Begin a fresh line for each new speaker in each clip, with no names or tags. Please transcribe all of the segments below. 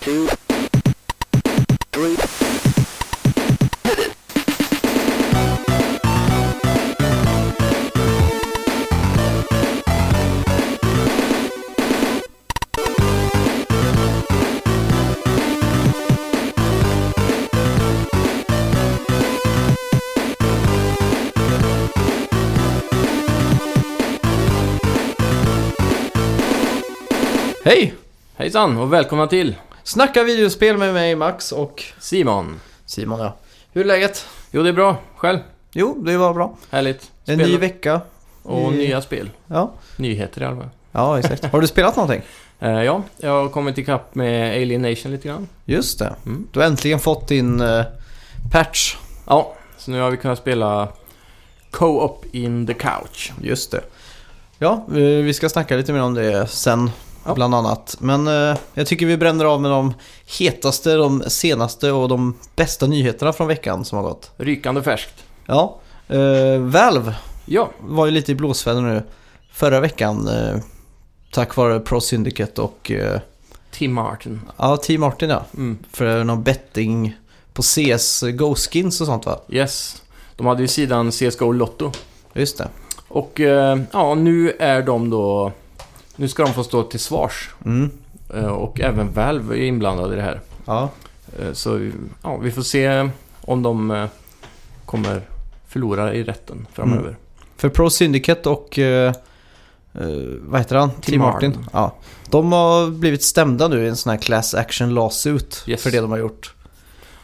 two, three.
Hej! Hejsan och välkomna till
Snacka videospel med mig Max och
Simon.
Simon ja. Hur är läget?
Jo, det är bra. Själv?
Jo, det var bra.
Härligt.
En
Spel-
ny vecka.
Och
ny-
nya spel.
Ja.
Nyheter i alla fall.
ja, exakt. Har du spelat någonting?
Eh, ja, jag har kommit ikapp med Alien Nation lite grann.
Just det.
Mm.
Du har äntligen fått din eh, patch.
Ja, så nu har vi kunnat spela Co-op in the couch.
Just det. Ja, vi vi ska snacka lite mer om det sen.
Ja.
Bland annat. Men eh, jag tycker vi bränner av med de hetaste, de senaste och de bästa nyheterna från veckan som har gått.
Rykande färskt.
Ja, eh, Valve
Ja,
var ju lite i blåsväder nu förra veckan. Eh, tack vare Pro Syndicate och eh,
Tim Martin.
Ja, Team Martin ja.
Mm.
För någon betting på CS Go-skins och sånt va?
Yes. De hade ju sidan CSGO Lotto.
Just det.
Och eh, ja, nu är de då... Nu ska de få stå till svars.
Mm.
Eh, Och även Valve är inblandade i det här.
Ja.
Eh, Så ja, vi får se om de eh, kommer förlora i rätten framöver.
För Pro Syndicate och... Eh, eh, vad heter han? Team, Martin.
Martin.
Ja. De har blivit stämda nu i en sån här class action lawsuit
Yes.
för det de har gjort.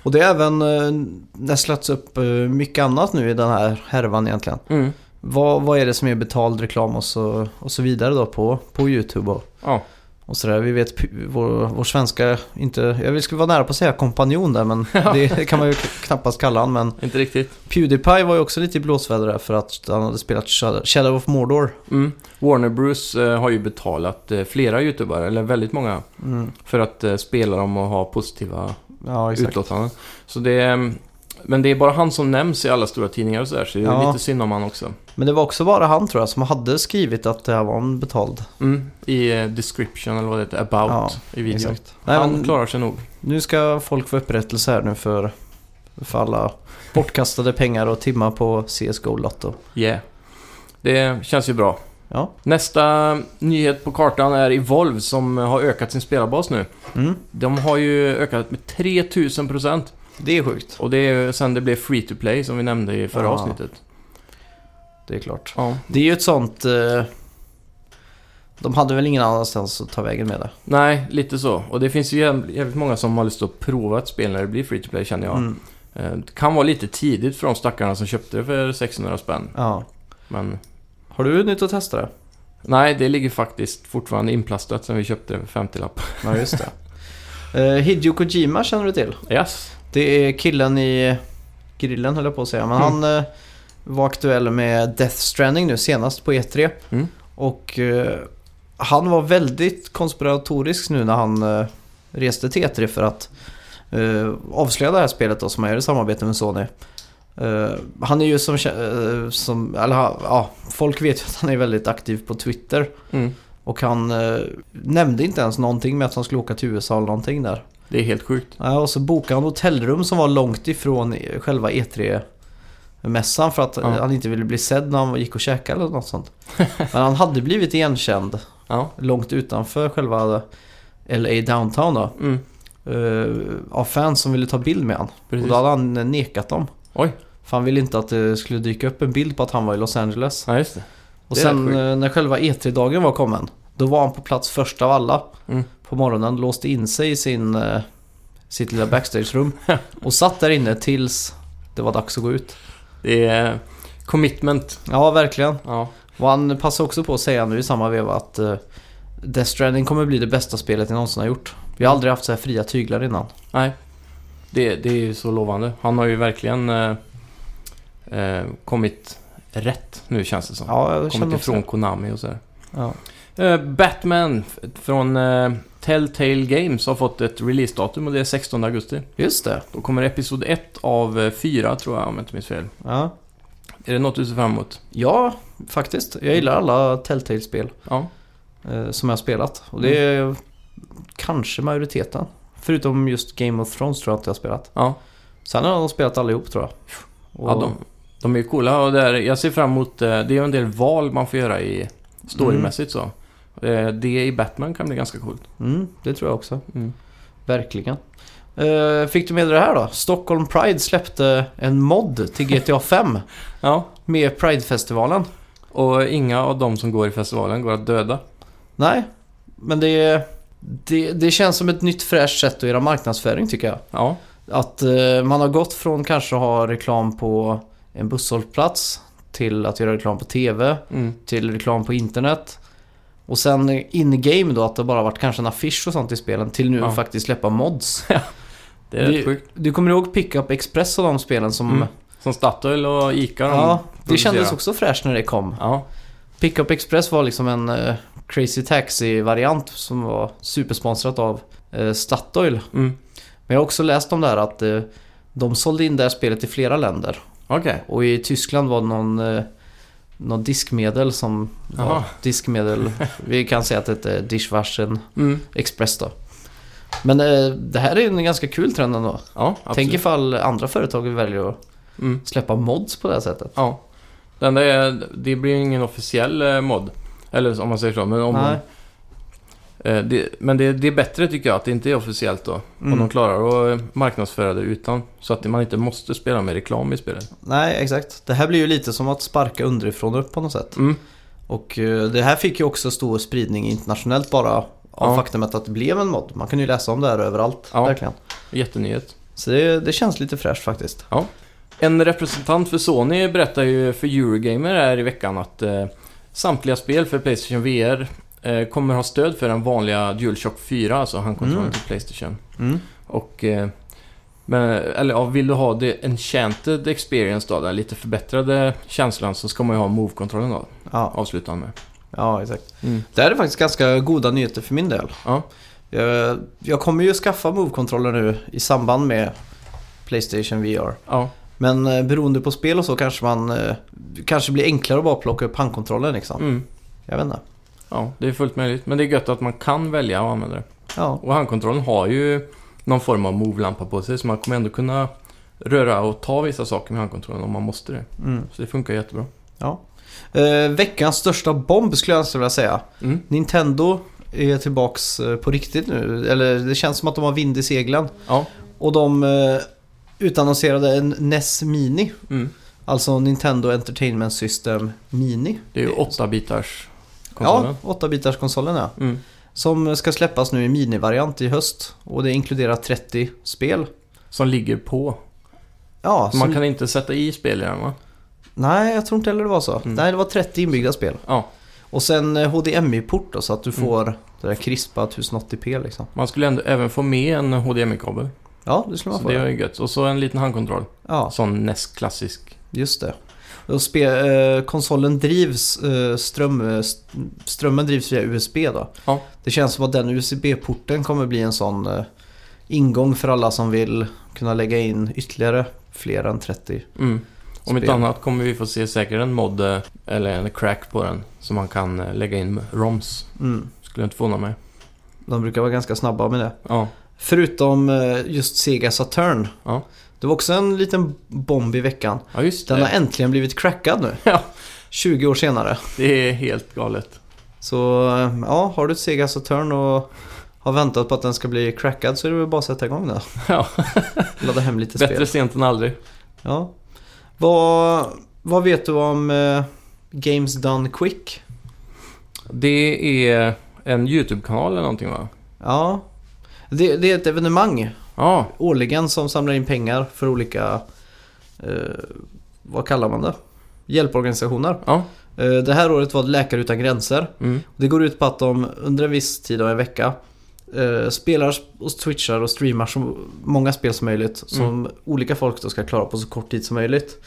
Och det har även eh, nästlats upp eh, mycket annat nu i den här härvan egentligen.
Mm.
Vad, vad är det som är betald reklam och så, och så vidare då på, på YouTube och,
Ja,
Och sådär, vi vet p- vår, vår svenska, inte, jag vill- skulle vara nära på att säga kompanjon där men det kan man ju k- knappast kalla han. Men
inte riktigt.
Pewdiepie var ju också lite i blåsväder där för att han hade spelat Shadow Shadow of Mordor.
Mm. Warner Bros eh, har ju betalat eh, flera YouTubare, eller väldigt många, för att eh, spela dem och ha positiva
Mm. Ja, exakt.
utlåtanden. Så det är, men det är bara han som nämns i alla stora tidningar och sådär, så det är
Ja.
lite synd om han också.
Men det var också bara han tror jag som hade skrivit att det här var en betald.
Mm. I eh, description, eller vad det heter, about,
Ja,
i videon.
Exakt. Nej,
Han
men
klarar sig nog.
nu ska folk få upprättelse här nu för, för alla bortkastade pengar och timmar på CSGO Lotto.
Yeah. Det känns ju bra.
Ja.
Nästa nyhet på kartan är Evolve som har ökat sin spelarbas nu.
Mm.
De har ju ökat med 3000%
Det är sjukt.
och det är ju sen det blev free to play som vi nämnde i förra
Ja.
avsnittet.
Det är klart.
Ja.
Det är ju ett sånt... Eh, de hade väl ingen annanstans att ta vägen med det.
Nej, lite så. Och det finns ju jäv- jävligt många som har lust att prova ett spel när det blir free to play känner jag.
Mm,
Eh, Det kan vara lite tidigt för de stackarna som köpte det för 600 spänn.
ja.
Men
Har du nytt att testa det?
nej, det ligger faktiskt fortfarande inplastat sen vi köpte det för 50-lapp.
Ja, just det. eh, Hideo Kojima känner du till.
Yes.
Det är killen i grillen höll jag på att säga. Men
Mm.
han eh, var aktuell med Death Stranding nu senast på E3.
Mm.
Och eh, han var väldigt konspiratorisk nu när han eh, reste till E3 för att eh, avslöja det här spelet då, som han gör i samarbete med Sony. Eh, han är ju som, eh, som eller, ha- ja, folk vet ju att han är väldigt aktiv på Twitter.
Mm.
Och han eh, nämnde inte ens någonting med att han skulle åka till USA eller någonting där.
Det är helt sjukt.
Ja, och så bokade han hotellrum som var långt ifrån själva E3-mässan för att
Ja.
han inte ville bli sedd när han gick och käkade eller något sånt. Men han hade blivit igenkänd
Ja.
långt utanför själva LA Downtown då.
Mm.
eh, Av fans som ville ta bild med han.
Precis.
Och då hade han nekat dem.
Oj.
För han ville inte att det skulle dyka upp en bild på att han var i Los Angeles.
Ja, just det.
Och
det är rätt
sen
sjukt.
eh, när själva E3-dagen var kommen, då var han på plats först av alla
Mm.
på morgonen, låste in sig i sin, eh, sitt lilla backstagerum och satt där inne tills det var dags att gå ut.
Det är commitment.
Ja, verkligen.
Ja.
Och han passade också på att säga nu i samma veva att eh, Death Stranding kommer bli det bästa spelet jag någonsin har gjort. Vi
Mm.
har aldrig haft så här fria tyglar innan.
Nej, det, det är ju så lovande. Han har ju verkligen eh, eh, kommit rätt nu känns det som.
Ja, jag
kommit
känner
ifrån
ifrån.
Konami och sådär.
Ja.
Eh, Batman f- från eh, Telltale Games har fått ett releasedatum och det är 16 augusti.
Just det.
Då kommer episod 1 av eh, 4 tror jag om jag inte minns fel.
Ja.
Är det något du ser fram emot?
ja, faktiskt. Jag gillar alla Telltale-spel
Ja. Mm.
eh, som jag har spelat. Och det är kanske majoriteten. Förutom just Game of Thrones tror jag inte jag har spelat.
Ja,
Sen har de spelat allihop tror jag. Och,
ja de, de är ju coola och där, jag ser fram emot... eh, Det är ju en del val man får göra i storymässigt så. Eh, Det i Batman kan bli ganska coolt.
Mm, det tror jag också.
Mm.
Verkligen. Eh, fick du med dig det här då? Stockholm Pride släppte en mod till GTA 5
Ja,
med Pride-festivalen.
och inga av de som går i festivalen går att döda.
Nej, men det, det, det känns som ett nytt fräscht sätt att göra marknadsföring tycker jag.
Ja,
Att eh, man har gått från kanske att ha reklam på en busshållplats till att göra reklam på TV,
mm.
till reklam på internet. Och sen in-game då att det bara varit kanske en affisch och sånt i spelen till nu
Ja.
faktiskt släppa mods.
det är
Det-
rätt sjukt.
Du kommer ihåg Pickup Express och de spelen som...
Mm. Som Statoil och Ica de
Ja, det
producerar.
kändes också fräscht när det kom.
Ja,
Pickup Express var liksom en eh, Crazy Taxi-variant som var supersponsrat av eh, Statoil.
mm.
Men jag har också läst om det här att eh, de sålde in det här spelet i flera länder.
okej.
Och i Tyskland var det någon, eh, någon diskmedel som var
Jaha.
diskmedel. Vi kan säga att det hette Dishwashen
Mm.
Express då. Men eh, det här är en ganska kul trend ändå.
Ja, absolut.
Tänk ifall andra företag väljer att
Mm.
släppa mods på det här sättet.
Ja. Den där, är- det blir ju ingen officiell eh, mod. Eller om man säger så. Men, om
Nej.
Eh, det, men det, det är bättre tycker jag att det inte är officiellt då.
Mm.
Om de klarar att eh, marknadsföra det utan. Så att man inte måste spela med reklam i spelet.
Nej, exakt. Det här blir ju lite som att sparka underifrån upp på något sätt.
Mm.
Och eh, det här fick ju också stor spridning internationellt bara av
Ja.
faktumet att det blev en mod. Man kan ju läsa om det här överallt,
Ja.
verkligen.
Jättenyhet.
Så det, det känns lite fräscht faktiskt.
En representant för Sony berättar ju för Eurogamer här i veckan att eh, samtliga spel för Playstation VR eh, kommer ha stöd för den vanliga DualShock 4, alltså handkontrollen
Mm.
till Playstation. Och... Eh, men, eller ja, vill du ha det enchanted experience då, den lite förbättrade känslan, så ska man ju ha move-kontrollen då,
Ja,
avslutar han med.
ja, exakt. Det här är faktiskt ganska goda nyheter för min del.
Ja.
Jag, Eh, jag kommer ju skaffa Move-kontroller nu i samband med Playstation VR.
Ja,
Men eh, beroende på spel och så kanske man eh, kanske blir enklare att bara plocka upp handkontrollen liksom.
mm.
Jag vet inte.
Ja, det är fullt möjligt. Men det är gött att man kan välja att använda det.
Ja,
Och handkontrollen har ju någon form av move-lampa på sig, så man kommer ändå kunna röra och ta vissa saker med handkontrollen om man måste det.
mm.
Så det funkar jättebra.
Ja. Eh, veckans största bomb skulle jag nästan vilja säga.
Mm.
Nintendo är tillbaks eh, på riktigt nu. Eller det känns som att de har vind i seglen.
Ja.
Och de eh, utannonserade en NES Mini.
Mm.
Alltså Nintendo Entertainment System Mini.
Det är ju åtta bitars konsolen.
Ja, 8-bitars konsolen ja.
Mm.
Som ska släppas nu i minivariant i höst. Och det inkluderar 30 spel.
Som ligger på.
Ja,
Man
som-
kan inte sätta i spel i den va?
Nej, jag tror inte heller det var så.
Mm.
Nej, det var 30 inbyggda spel.
Ja. Mm.
Och sen eh, HDMI-port då, så att du får det där krispa 1080p liksom.
Man skulle ändå även få med en HDMI-kabel.
Ja, det skulle man
Så
få.
det är ju gött. Och så en liten handkontroll.
Ja,
Sån näst klassisk.
just det. Och spe, eh, konsolen drivs, eh, ström, eh, st- strömmen drivs via USB då.
Ja.
Det känns som att den USB-porten kommer bli en sån eh, ingång för alla som vill kunna lägga in ytterligare fler än 30.
Mm. Om inte
Spel.
annat kommer vi få se säkert en mod eh, eller en crack på den. Så man kan eh, lägga in ROMs.
Mm.
Skulle inte förvåna mig.
De brukar vara ganska snabba med det.
Ja.
Förutom eh, just Sega Saturn.
Ja.
Det var också en liten bomb i veckan.
ja, just
Den har
det.
äntligen blivit crackad nu.
Ja.
20 år senare.
Det är helt galet.
Så eh, ja, har du ett Sega Saturn och har väntat på att den ska bli crackad så är det väl bara att sätta igång den.
Ja.
Ladda hem lite spel.
Bättre sent än aldrig.
Ja. Vad, vad vet du om eh, Games Done Quick?
Det är en YouTube-kanal eller någonting va?
Ja. Det, det är ett evenemang
Ja,
årligen som samlar in pengar för olika, eh, vad kallar man det? Hjälporganisationer.
ja.
Eh, Det här året var det Läkare Utan Gränser.
Mm.
Det går ut på att de under en viss tid av en vecka eh, spelar och twitchar och streamar så många spel som möjligt som
Mm.
olika folk då ska klara på så kort tid som möjligt.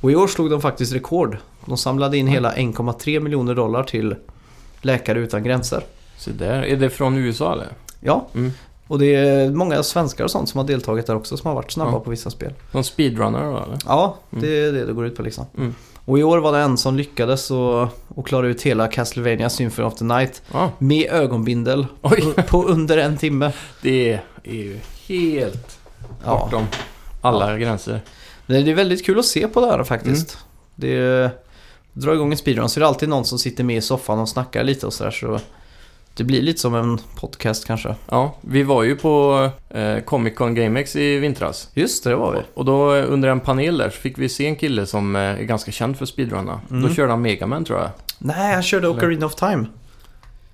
Och i år slog de faktiskt rekord. De samlade in hela 1,3 miljoner dollar till Läkare Utan Gränser.
Så där. Är det från USA eller?
Ja,
Mm.
och det är många svenskar och sånt som har deltagit där också som har varit snabba
Ja.
på vissa spel.
Någon speedrunner då eller?
Ja, det är det det går ut på liksom.
Mm.
Och i år var det en som lyckades och, och klarade ut hela Castlevania Symphony of the Night
Ja,
med ögonbindel
Oj.
på, på under en timme.
det är är ju helt
Ja.
bortom alla gränser.
Men det är väldigt kul att se på det här faktiskt.
Mm.
Det är, drar igång en speedrun så är det alltid någon som sitter med i soffan och snackar lite och sådär. Så det blir lite som en podcast kanske.
Ja, vi var ju på eh, Comic Con GameX i vintras.
Just det, det var vi.
Och då eh, under en panel där så fick vi se en kille som eh, är ganska känd för speedrunna.
Mm.
Då körde han Megaman tror jag.
Nej, han körde Ocarina of Time.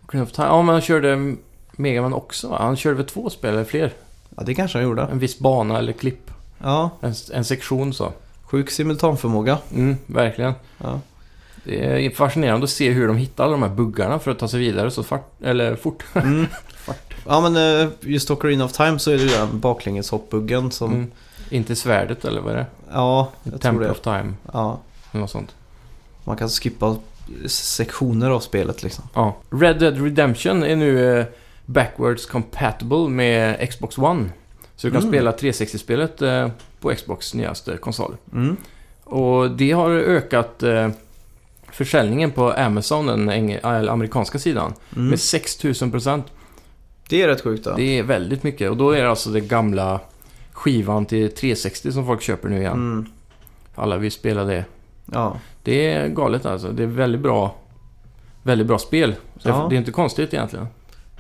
Ocarina of Time. Ja, men han körde Megaman också va? Han körde väl två spel eller fler?
Ja, det kanske han gjorde.
En viss bana eller klipp.
Ja,
En, en sektion så.
sjuk simultanförmåga.
Mm, verkligen.
Ja.
Det är fascinerande att se hur de hittar alla de här buggarna för att ta sig vidare så fart, eller fort.
Mm. ja, men eh, just Ocarina of Time så är det ju den baklängeshoppbuggen som...
Mm. Inte svärdet eller vad är det?
Ja, jag
Temple
tror
of
det.
Time
Ja,
eller något sånt.
man kan skippa sektioner av spelet liksom.
Ja. Red Dead Redemption är nu eh, backwards compatible med Xbox One. Så du kan
Mm.
spela 360-spelet eh, på Xbox nyaste konsol.
Mm.
Och det har ökat eh, försäljningen på Amazon, den eng- eller amerikanska sidan,
Mm.
med 6000%.
Det är rätt sjukt då.
Det är väldigt mycket. Och då är det alltså den gamla skivan till 360 som folk köper nu igen.
Mm.
Alla vill spela det.
Ja.
Det är galet alltså. Det är väldigt bra, väldigt bra spel. Så
Ja.
Det är inte konstigt egentligen.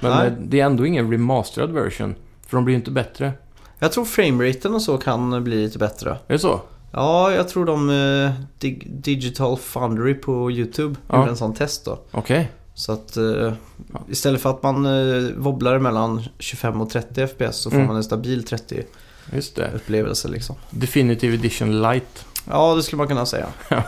Men
Nej.
eh, det är ändå ingen remasterad version. För de blir ju inte bättre.
Jag tror frameraten och så kan bli lite bättre.
Är det så?
Ja, jag tror de eh, Dig- Digital Foundry på YouTube
Ja.
gjorde en sån test då.
Okej.
Så att eh, istället för att man eh, wobblar mellan 25 och 30 FPS så får
Mm.
man en stabil 30
Just det.
upplevelse liksom.
Definitive Edition Light.
Ja, det skulle man kunna säga.
Ja.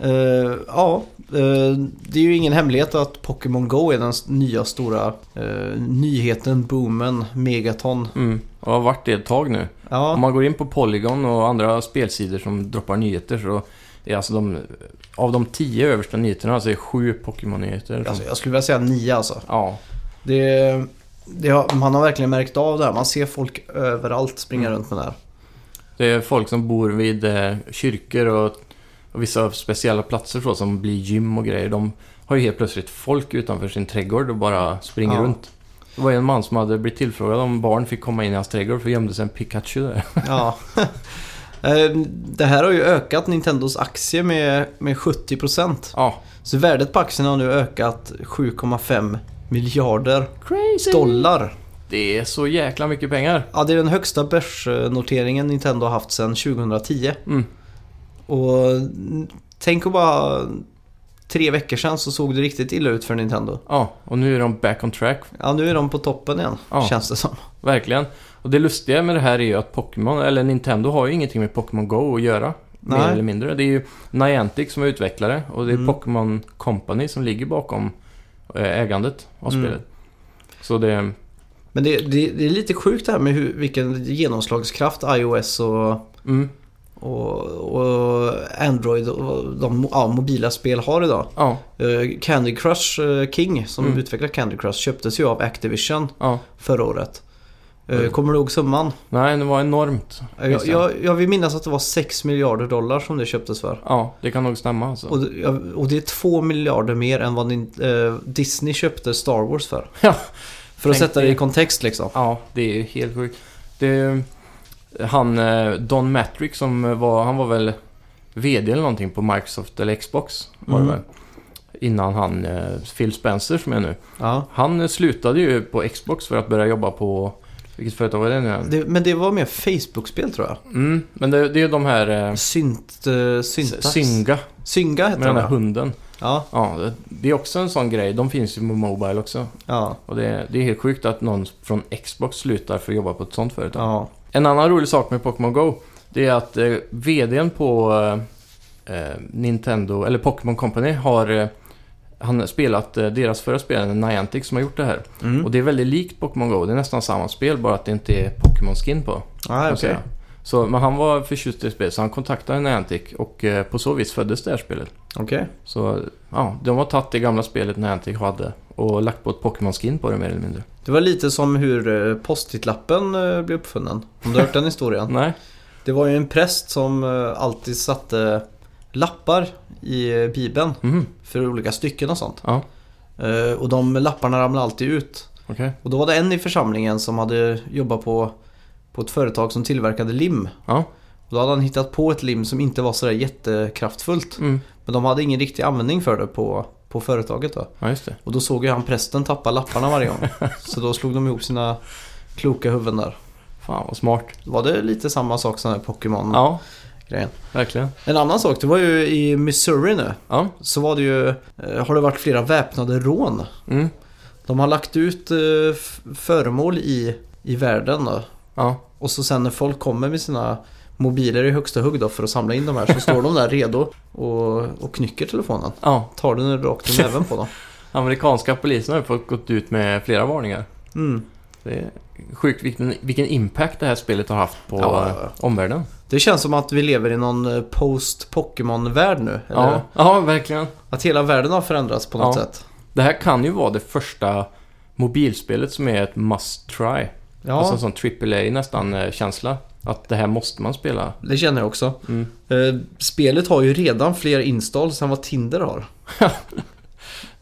Eh, ja, eh, det är ju ingen hemlighet att Pokémon Go är den s- nya stora eh, nyheten, boomen, megaton.
Mm. Och har varit det ett tag nu. Om
Ja,
man går in på Polygon och andra spelsidor som droppar nyheter så är alltså de... Av de tio översta nyheterna så är sju Pokémon-nyheter.
alltså, jag skulle vilja säga nia alltså.
Ja.
Det, det har, man har verkligen märkt av det här. Man ser folk överallt springa
Mm.
runt med det här.
Det är folk som bor vid eh, kyrkor och, och vissa speciella platser så, som blir gym och grejer. De har ju helt plötsligt folk utanför sin trädgård och bara springer
Ja.
runt. Det var ju en man som hade blivit tillfrågad om barn fick komma in i hans trädgård för gömde sig en Pikachu där.
Ja. Eh, det här har ju ökat Nintendos aktie med, med 70%.
Ja,
Så värdet på aktien har nu ökat 7,5 miljarder
crazy!
dollar.
Det är så jäkla mycket pengar.
Ja, det är den högsta börsnoteringen Nintendo har haft sedan 2010.
Mm.
Och n- tänk att bara tre veckor sedan så såg det riktigt illa ut för Nintendo.
Ja, och nu är de back on track.
Ja, nu är de på toppen igen,
Ja.
känns det som.
Verkligen. Och det lustiga med det här är ju att Pokémon, eller Nintendo har ju ingenting med Pokémon Go att göra. Mer
Nej.
eller mindre. Det är ju Niantic som är utvecklare och det är
Mm.
Pokémon Company som ligger bakom eh, ägandet av
Mm.
spelet. Så det...
Men det, det, det är lite sjukt det här med hur, vilken genomslagskraft iOS och,
Mm,
och, och Android och de ja, mobila spel har idag.
ja,
Eh, Candy Crush eh, King som
Mm.
utvecklar Candy Crush köptes ju av Activision
ja.
förra året. Eh,
Mm.
Kommer du ihåg summan?
Nej, det var enormt.
Eh, Jag, jag, jag vill minnas att det var 6 miljarder dollar som det köptes för.
Ja, det kan nog stämma alltså.
Och, det- ja, och det är 2 miljarder mer än vad ni, eh, Disney köpte Star Wars för.
Ja,
För att
tänk
sätta det i
det.
kontext liksom.
Ja, det är ju helt sjukt. Det, han, eh, Don Matrick som var, han var väl VD eller någonting på Microsoft eller Xbox. Var det
Mm.
väl. Innan han, eh, Phil Spencer som är nu.
Ja.
Han eh, slutade ju på Xbox för att börja jobba på... Vilket företag var det nu igen?
Det, men det var mer Facebook-spel tror jag.
Mm, men det, det är de här... Eh,
Synt... Uh, syntax.
Synga
Synga heter
med den
den
här
ja.
hunden.
Ja,
Ja, det- det är också en sån grej. De finns ju på Mobile också.
ja,
Och det, det är helt sjukt att någon från Xbox slutar för att jobba på ett sånt företag.
ja.
En annan rolig sak med Pokémon Go, det är att eh, VDn på eh, eh, Nintendo, eller Pokémon Company, har eh, han har spelat eh, deras förra spel, Niantic, som har gjort det här.
Mm.
Och det är väldigt likt Pokémon Go, det är nästan samma spel, bara att det inte är Pokémon-skin på.
ah,
kan
okej.
säga. Så, men han var förtjust i det spelet, så han kontaktade Niantic och eh, på så vis föddes det här spelet.
Okej.
Så ja, de har tagit det gamla spelet Niantic hade och lagt på ett Pokémon-skin på det mer eller mindre.
Det var lite som hur eh, postitlappen eh, blev uppfunnen. Om du har hört den historien.
Nej?
Det var ju en präst som eh, alltid satte lappar i eh, bibeln
Mhm.
för olika stycken och sånt.
Ja.
Eh, Och de lapparna ramlade alltid ut.
Okej.
Och då var det en i församlingen som hade jobbat på, på ett företag som tillverkade lim.
Ja.
Och då hade han hittat på ett lim som inte var sådär jättekraftfullt.
Mm.
Men de hade ingen riktig användning för det på, på företaget då.
Ja, just det.
Och då såg ju han prästen tappa lapparna varje gång. Så då slog de ihop sina kloka huvuden där.
Fan vad smart.
Var det lite samma sak som den här Pokémon-grejen?
Ja, verkligen.
En annan sak, det var ju i Missouri nu.
Ja.
Så var det ju, eh, har det varit flera väpnade rån.
Mm.
De har lagt ut eh, f- föremål i, i världen då.
Ja.
Och så sen när folk kommer med sina mobiler i högsta hugg då för att samla in de här så står de där redo och, och knycker telefonen.
ja.
Tar den rakt i näven på dem.
Amerikanska polisen har ju fått gått ut med flera varningar.
Mm.
Det är sjukt vilken, vilken impact det här spelet har haft på
Ja, ja, ja.
eh, omvärlden.
Det känns som att vi lever i någon eh, post-Pokémon-värld nu. Eller?
Ja. ja, verkligen.
Att hela världen har förändrats på något
Ja.
sätt.
Det här kan ju vara det första mobilspelet som är ett must try.
Ja,
Alltså en sån AAA nästan eh, känsla. Att det här måste man spela.
det känner jag också.
Mm.
Eh, Spelet har ju redan fler installs än vad Tinder har.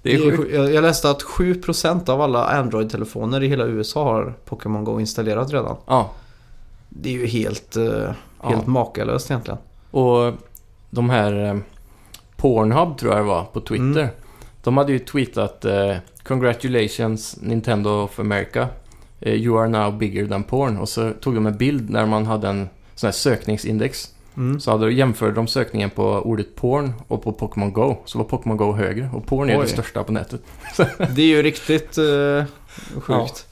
Det är sjukt.
sju- jag jag läste att 7% av alla Android-telefoner i hela USA har Pokémon Go installerat redan.
Ja.
Det är ju helt, eh,
Ja.
helt makalöst egentligen.
Och de här eh, Pornhub tror jag det var på Twitter.
Mm.
De hade ju tweetat eh, “Congratulations Nintendo of America. Eh, you are now bigger than porn” och så tog de en bild när man hade en sån här sökningsindex.
Mm.
Så hade, jämförde de sökningen på ordet porn och på Pokémon Go. Så var Pokémon Go högre och porn är
Oj.
det största på nätet.
Det är ju riktigt eh, sjukt.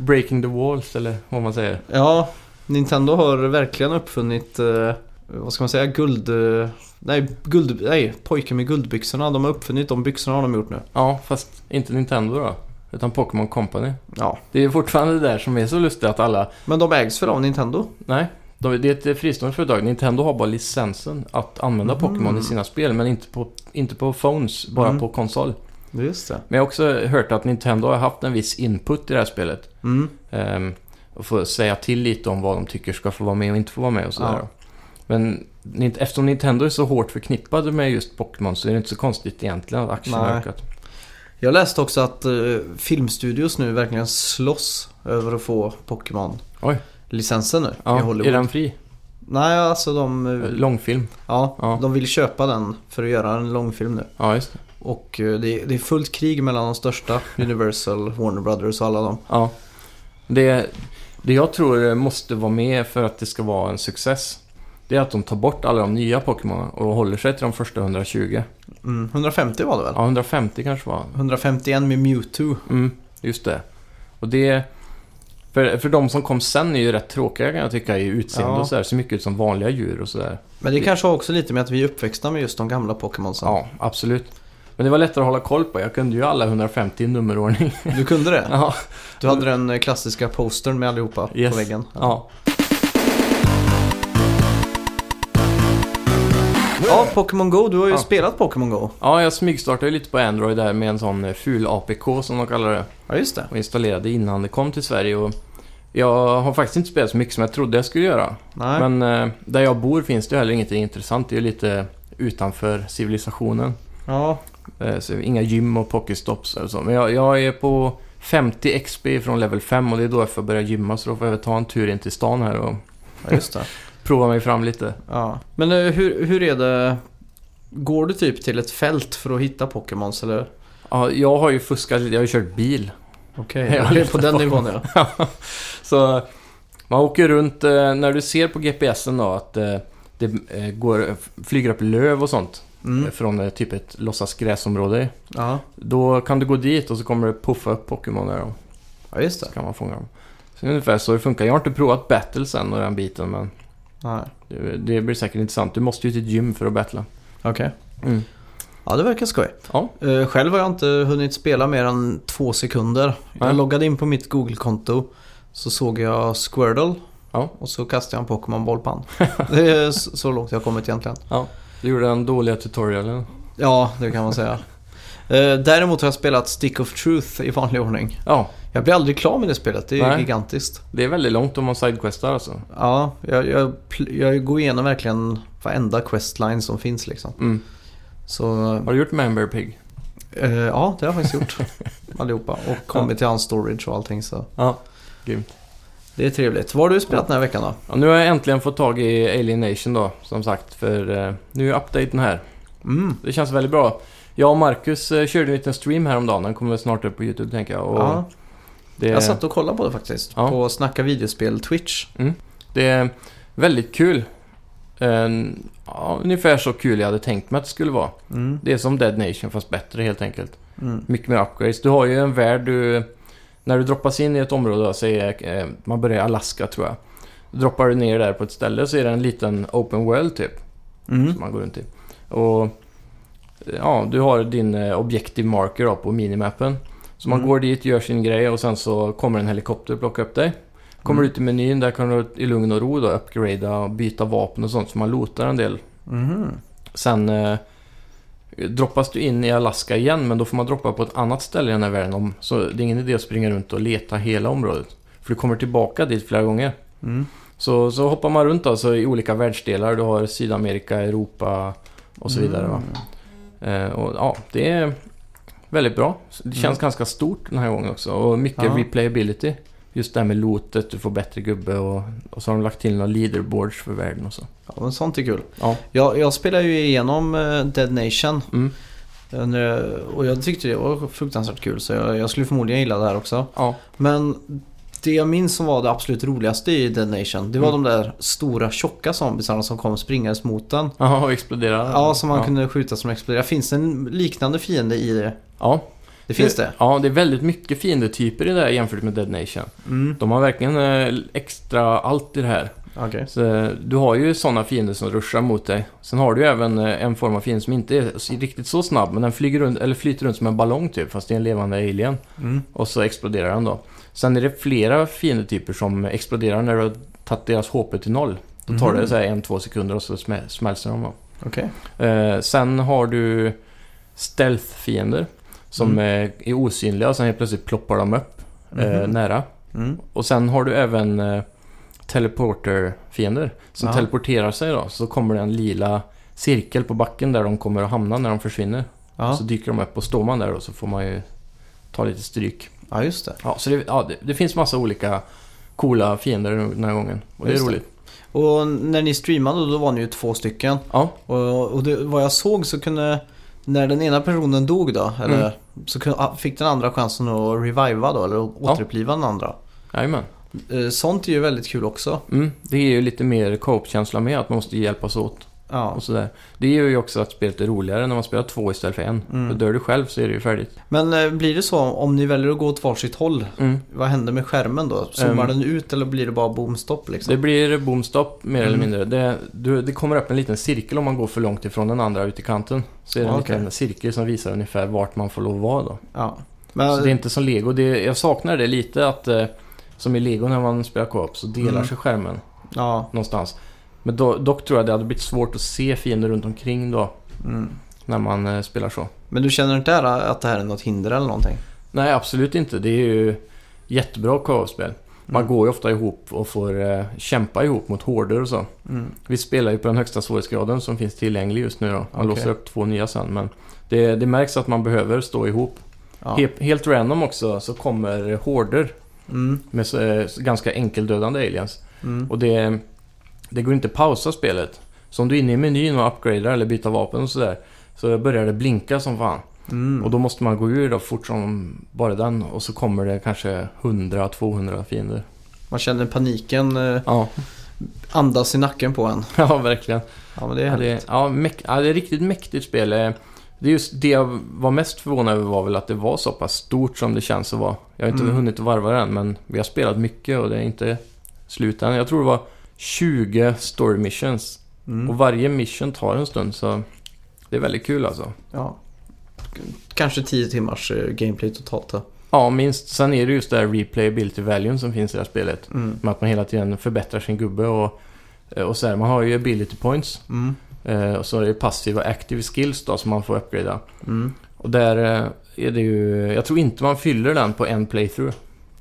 Breaking the walls eller vad man säger.
Ja. Nintendo har verkligen uppfunnit, eh, vad ska man säga, guld... eh, Nej, guld, nej, pojken med guldbyxorna. De har uppfunnit de byxorna har de gjort nu.
Ja, fast inte Nintendo då. Utan Pokémon Company.
Ja,
Det är fortfarande det där som är så lustigt att alla
men de ägs väl av Nintendo?
Nej, de, det är ett fristående företag. Nintendo har bara licensen att använda
Mhm.
Pokémon i sina spel, men inte på, inte på phones, bara
Mm.
på konsol.
Just det.
Men jag har också hört att Nintendo har haft en viss input i det här spelet.
Mm.
Ehm, och får säga till lite om vad de tycker ska få vara med och inte få vara med och sådär.
Ja.
Men Nin- eftersom Nintendo är så hårt förknippade med just Pokémon så är det inte så konstigt egentligen att aktien har
Nej.
ökat.
Jag läste också att eh, filmstudios nu verkligen slåss över att få
Oj.
Pokémon-licensen nu i
Ja,
Hollywood.
är den fri?
Nej, alltså de, eh,
Långfilm?
ja,
Ja.
de vill köpa den för att göra en långfilm nu.
Ja, just det.
Och eh, det är, det är fullt krig mellan de största, Universal, Warner Brothers och alla dem.
Ja. Det, det jag tror måste vara med för att det ska vara en success, det är att de tar bort alla de nya Pokémon och håller sig till de första 120.
Mm, 150 var det väl?
Ja, 150 kanske var.
151 med Mewtwo.
Mm, just det. Och det... För, för de som kom sen är ju rätt tråkiga kan jag tycka i utseende
Ja.
och sådär. Ser mycket ut som vanliga djur och sådär.
Men det kanske har också lite med att vi är uppväxta med just de gamla Pokémonsen.
Ja, absolut. Men det var lättare att hålla koll på. Jag kunde ju alla 150 i nummerordning.
Du kunde det?
ja.
Du hade den eh, klassiska postern med allihopa
Yes.
på väggen.
ja.
Ja, Pokémon Go. Du har ju
Ja.
spelat Pokémon Go.
Ja, jag smygstartade ju lite på Android där med en sån ful APK som de kallar det.
Ja, just det.
och installerade innan det kom till Sverige. Och jag har faktiskt inte spelat så mycket som jag trodde jag skulle göra.
Nej.
Men eh, där jag bor finns det ju heller ingenting intressant. Det är ju lite utanför civilisationen.
Ja,
Eh, så inga gym och pocketstops eller så. Men jag, jag är på 50 XP från level 5 och det är då jag får börja gymma. Så då får jag väl ta en tur in till stan här och
ja, just det.
prova mig fram lite.
Ja. Men eh, hur, hur är det? Går du typ till ett fält för att hitta Pokémons eller?
Ja, jag har ju fuskat lite. Jag har ju kört bil.
Okej,
Ja,
det är
lite
på den nivån ja.
Så man åker runt, eh, när du ser på GPSen då att eh, det eh, går, flyger upp löv och sånt.
Mm.
från eh, typ ett låtsas gräsområde.
Ja.
Då kan du gå dit och så kommer det puffa upp Pokémon där och
ja, just det.
så kan man fånga dem. Så det är ungefär så det funkar. Jag har inte provat battle sen och den biten men
Nej.
det, det blir säkert intressant. Du måste ju till ett gym för att battla.
Okej.
Mm.
Ja, det verkar skoj.
Ja.
Eh, Själv har jag inte hunnit spela mer än två sekunder.
Nej.
Jag loggade in på mitt Google-konto. Så såg jag Squirtle.
Ja.
Och så kastade jag en Pokémon-boll på han. Det är s- så långt jag har kommit egentligen.
Du gjorde den dåliga tutorialen.
Ja, det kan man säga. Eh, Däremot har jag spelat Stick of Truth i vanlig ordning.
Ja,
Jag blir aldrig klar med det spelet, det är
Nej.
gigantiskt.
det är väldigt långt om man sidequestar alltså.
Ja, jag, jag, pl- jag går igenom verkligen varenda questline som finns liksom.
Mm.
Så
Har du gjort Member Pig?
Eh, ja, det har jag faktiskt gjort. Allihopa. Och kommit till hans storage och allting så.
Ja, grymt.
Det är trevligt. Vad har du spelat den här veckan då?
Ja, nu har jag äntligen fått tag i Alienation då, som sagt. För eh, nu är updaten här.
Mm.
Det känns väldigt bra. Jag och Marcus eh, körde en liten stream häromdagen. Den kommer väl snart upp på YouTube, tänker jag. Och
Ja,
det,
jag satt och kollade på det faktiskt.
Ja.
På Snacka videospel Twitch.
det är väldigt kul. Eh, ja, ungefär så kul jag hade tänkt mig att det skulle vara.
Mm.
Det är som Dead Nation, fast bättre helt enkelt.
Mm.
Mycket mer upgrades. Du har ju en värld du... När du droppas in i ett område, då, säg, eh, man börjar i Alaska tror jag. Droppar du ner där på ett ställe så är det en liten open world typ, som
Mm.
man går runt i. Och eh, ja, du har din eh, objective marker då, på minimappen. Så man
Mm.
går dit, gör sin grej och sen så kommer en helikopter och plockar upp dig. Kommer
Mm.
du ut i menyn, där kan du i lugn och ro då upgrada och byta vapen och sånt, så man lootar en del
Mhm.
Sen eh, droppas du in i Alaska igen, men då får man droppa på ett annat ställe i den här världen. Om, så det är ingen idé att springa runt och leta hela området. För du kommer tillbaka dit flera gånger.
Mm.
Så, så hoppar man runt alltså i olika världsdelar. Du har Sydamerika, Europa och så vidare. Va?
Mm.
Eh, och, ja, det är väldigt bra. Det känns
Mm.
ganska stort den här gången också. Och mycket
Ja.
replayability. Just det här med lootet, du får bättre gubbe och, och så har de lagt till några leaderboards för världen och så.
Ja, men sånt är kul.
Ja.
Jag, jag spelar ju igenom eh, Dead Nation.
Mm.
Jag undrar- Och jag tyckte det var fruktansvärt kul så jag, jag skulle förmodligen gilla det här också.
Ja.
Men det jag minns som var det absolut roligaste i Dead Nation, det var
Mm.
de där stora tjocka zombiesarna som kom springandes mot den.
Jaha, och explodera.
Ja, som man kunde skjuta som exploderar. Finns det en liknande fiende i det?
Ja,
Det finns det?
Ja, det är väldigt mycket fiendetyper i det här jämfört med Dead Nation.
Mm.
De har verkligen eh, extra allt i det här.
Okej.
Så, eh, du har ju sådana fiender som ruschar mot dig. Sen har du ju även eh, en form av fiende som inte är så- riktigt så snabb, men den flyger runt, eller flyter runt som en ballong typ, fast det är en levande alien.
Mm.
Och så exploderar den då. Sen är det flera fiendetyper som exploderar när du har tagit deras HP till noll. Då tar det
Mhm.
så här en, två sekunder och så smä- smälter de. Då.
Okej.
Eh, sen har du stealth-fiender
Mm.
som eh, är osynliga och sen helt plötsligt ploppar de upp eh,
Mhm.
nära.
Mm.
Och sen har du även eh, teleporter-fiender som
Ja.
teleporterar sig då. Så kommer det en lila cirkel på backen där de kommer att hamna när de försvinner.
Ja.
Så dyker de upp och står man där då så får man ju ta lite stryk.
ja, just det.
Ja, så det, ja, det, det finns massa olika coola fiender den här gången. Och det är
Just det.
roligt.
Och när ni streamade då var ni ju två stycken.
Ja,
Och, och det, vad jag såg så kunde, när den ena personen dog då, eller, så kunde, ah, fick den andra chansen att reviva då, eller återuppliva den andra.
jajamän.
Eh, Sånt är ju väldigt kul också.
Mm, det är ju lite mer co-op-känsla med att man måste hjälpas åt.
Ja.
och sådär. Det gör ju också att spelet är roligare när man spelar två istället för en.
Mm.
För dör du själv så är det ju färdigt.
Men eh, blir det så om ni väljer att gå åt varsitt håll?
Mm.
Vad händer med skärmen då? Zoomar
Ehm.
den ut eller blir det bara boomstopp liksom?
Det blir boomstopp mer eller
Mm.
mindre. Det, du, det kommer upp en liten cirkel om man går för långt ifrån den andra ute i kanten. Så är det en
Okej.
liten cirkel som visar ungefär vart man får lov att vara då.
Ja.
Så
Men,
det är inte som lego. Det, jag saknar det lite att eh, som i lego när man spelar co-op så delar
Mm.
sig skärmen
ja.
någonstans. Men do, dock tror jag det hade blivit svårt att se fiender runt omkring då
Mm.
när man eh, spelar så.
Men du känner inte här att det här är något hinder eller någonting?
Nej, absolut inte. Det är ju jättebra co-op-spel. Man
Mm.
går ju ofta ihop och får eh, kämpa ihop mot horder och så.
Mm.
Vi spelar ju på den högsta svårighetsgraden som finns tillgänglig just nu då. Man
Okej.
låser upp två nya sen, men det, det märks att man behöver stå ihop.
Ja.
He- helt random också så kommer horder
Mm.
med så, eh, så ganska enkeldödande aliens.
Mm.
Och det, det går inte att pausa spelet. Så om du är inne i menyn och upgradar eller byter vapen och sådär så börjar det blinka som fan.
Mm.
Och då måste man gå ur då fort som bara den och så kommer det kanske 100-200 fiender.
Man känner paniken eh,
Ja,
andas i nacken på en.
ja verkligen.
Ja men det är
Ja,
härligt.
det, ja, mäk- ja, det är riktigt mäktigt spel. Eh, Det är just det jag var mest förvånad över var väl att det var så pass stort som det känns att vara. Jag har inte
Mm.
hunnit varva det än men vi har spelat mycket och det är inte slut än. Jag tror det var 20 story missions
Mm.
och varje mission tar en stund så det är väldigt kul alltså.
Ja. K- Kanske 10 timmars eh, gameplay totalt då.
Ja, minst. Sen är det just det här replayability value som finns i det här spelet.
Mm.
Med att man hela tiden förbättrar sin gubbe och, eh, och så här. Man har ju ability points.
Mm.
eh, Och så är det passiva och active skills då som man får upgrada.
Mm.
Och där eh, är det ju... Jag tror inte man fyller den på en playthrough.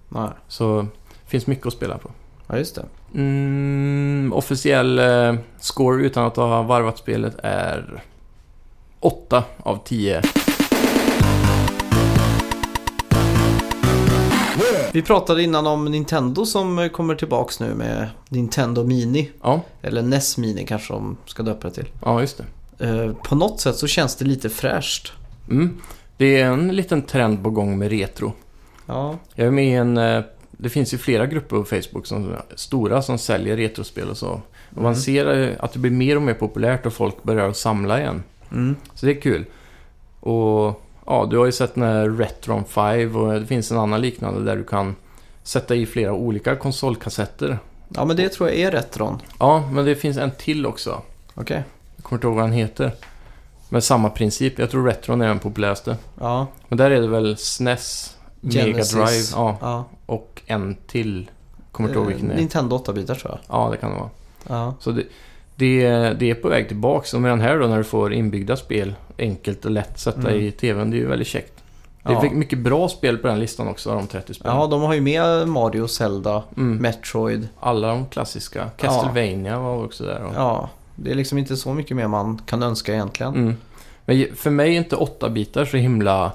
Nej.
Så det finns mycket att spela på.
Ja just det.
Mm, officiell eh, score utan att ha varvat spelet är 8 av 10.
Vi pratade innan om Nintendo som eh, kommer tillbaks nu med Nintendo Mini.
Ja,
Eller NES Mini kanske de ska döpa det till.
ja just det.
Eh, på något sätt så känns det lite fräscht.
Mm. Det är en liten trend på gång med retro.
Ja,
Jag är med i en... eh, Det finns ju flera grupper på Facebook som stora som säljer retrospel och så. Och man
Mm.
ser eh, att det blir mer och mer populärt och folk börjar att samla igen.
mm.
Så det är kul. Och ja, du har ju sett den här Retron 5 och det finns en annan liknande där du kan sätta i flera olika konsolkassetter.
ja men det tror jag är Retron.
Ja, men det finns en till också.
Okej.
Jag kommer inte ihåg vad den heter. Men samma princip. Jag tror Retron är den populäraste.
Ja,
Men där är det väl SNES, Mega
Genesis.
Drive ja,
ja.
och en till. Kommer inte ihåg vilken det
Eh,
är.
Nintendo 8-bitar tror jag.
Ja, det kan det vara.
Ja.
Så det, det, det är på väg tillbaka. Och med den här då när du får inbyggda spel enkelt och lätt sätta
Mm.
i TVn. Det är ju väldigt käckt. Det
Ja.
är mycket bra spel på den listan också av de 30 spelen.
ja, de har ju med Mario, Zelda,
Mm.
Metroid.
Alla de klassiska. Castlevania var också där. Och,
Ja, det är liksom inte så mycket mer man kan önska egentligen.
mm. Men ge- för mig är inte åtta bitar så himla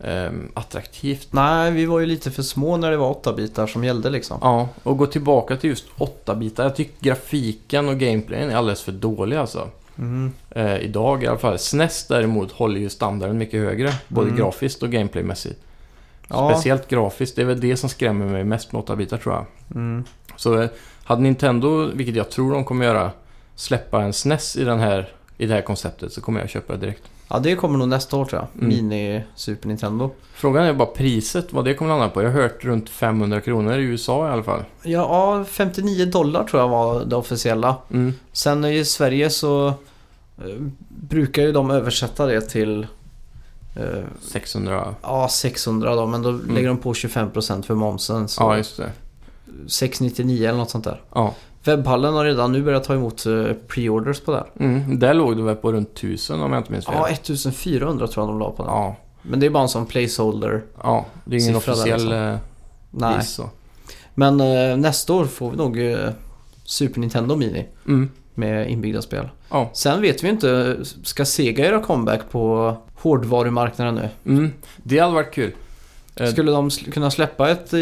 ehm, attraktivt.
Nej, vi var ju lite för små när det var 8-bitar som gällde liksom.
Ja, och gå tillbaka till just åtta bitar. Jag tycker grafiken och gameplayen är alldeles för dålig alltså.
Mm.
Eh, idag i alla fall. SNES däremot håller ju standarden mycket högre. Både
Mm.
grafiskt och gameplaymässigt.
Ja.
Speciellt grafiskt. Det är väl det som skrämmer mig mest med 8-bitar tror jag.
Mm.
Så eh, hade Nintendo, vilket jag tror de kommer göra, släppa en SNES i, den här, i det här konceptet så kommer jag köpa det direkt.
Ja, det kommer nog nästa år tror jag.
Mm.
Mini Super Nintendo.
Frågan är bara priset, vad det kommer landa på. Jag har hört runt 500 kronor i USA i alla fall.
Ja, ja, 59 dollar tror jag var det officiella.
Mm.
Sen i Sverige så eh, brukar ju de översätta det till eh,
600...
ja, 600 då, men då lägger de på 25% för momsen. Så
Mm. Ja, just det.
699 eller något sånt där.
Ja.
Webbhallen har redan nu börjat ta emot eh, pre-orders på det här.
Mm. Där låg det väl på runt 1000 om jag inte minns fel.
Ja, 1400 tror jag de la på den.
ja.
Men det är bara en sån placeholder.
ja. Det är ingen
Siffra där,
officiell
liksom.
eh,
Nej.
pris så.
Men eh, nästa år får vi nog eh, Super Nintendo Mini
Mm.
med inbyggda spel.
Ja.
Sen vet vi inte, eh, ska Sega göra comeback på hårdvarumarknaden nu?
Mm. Det hade varit kul. Eh,
Skulle de sl- kunna släppa ett eh,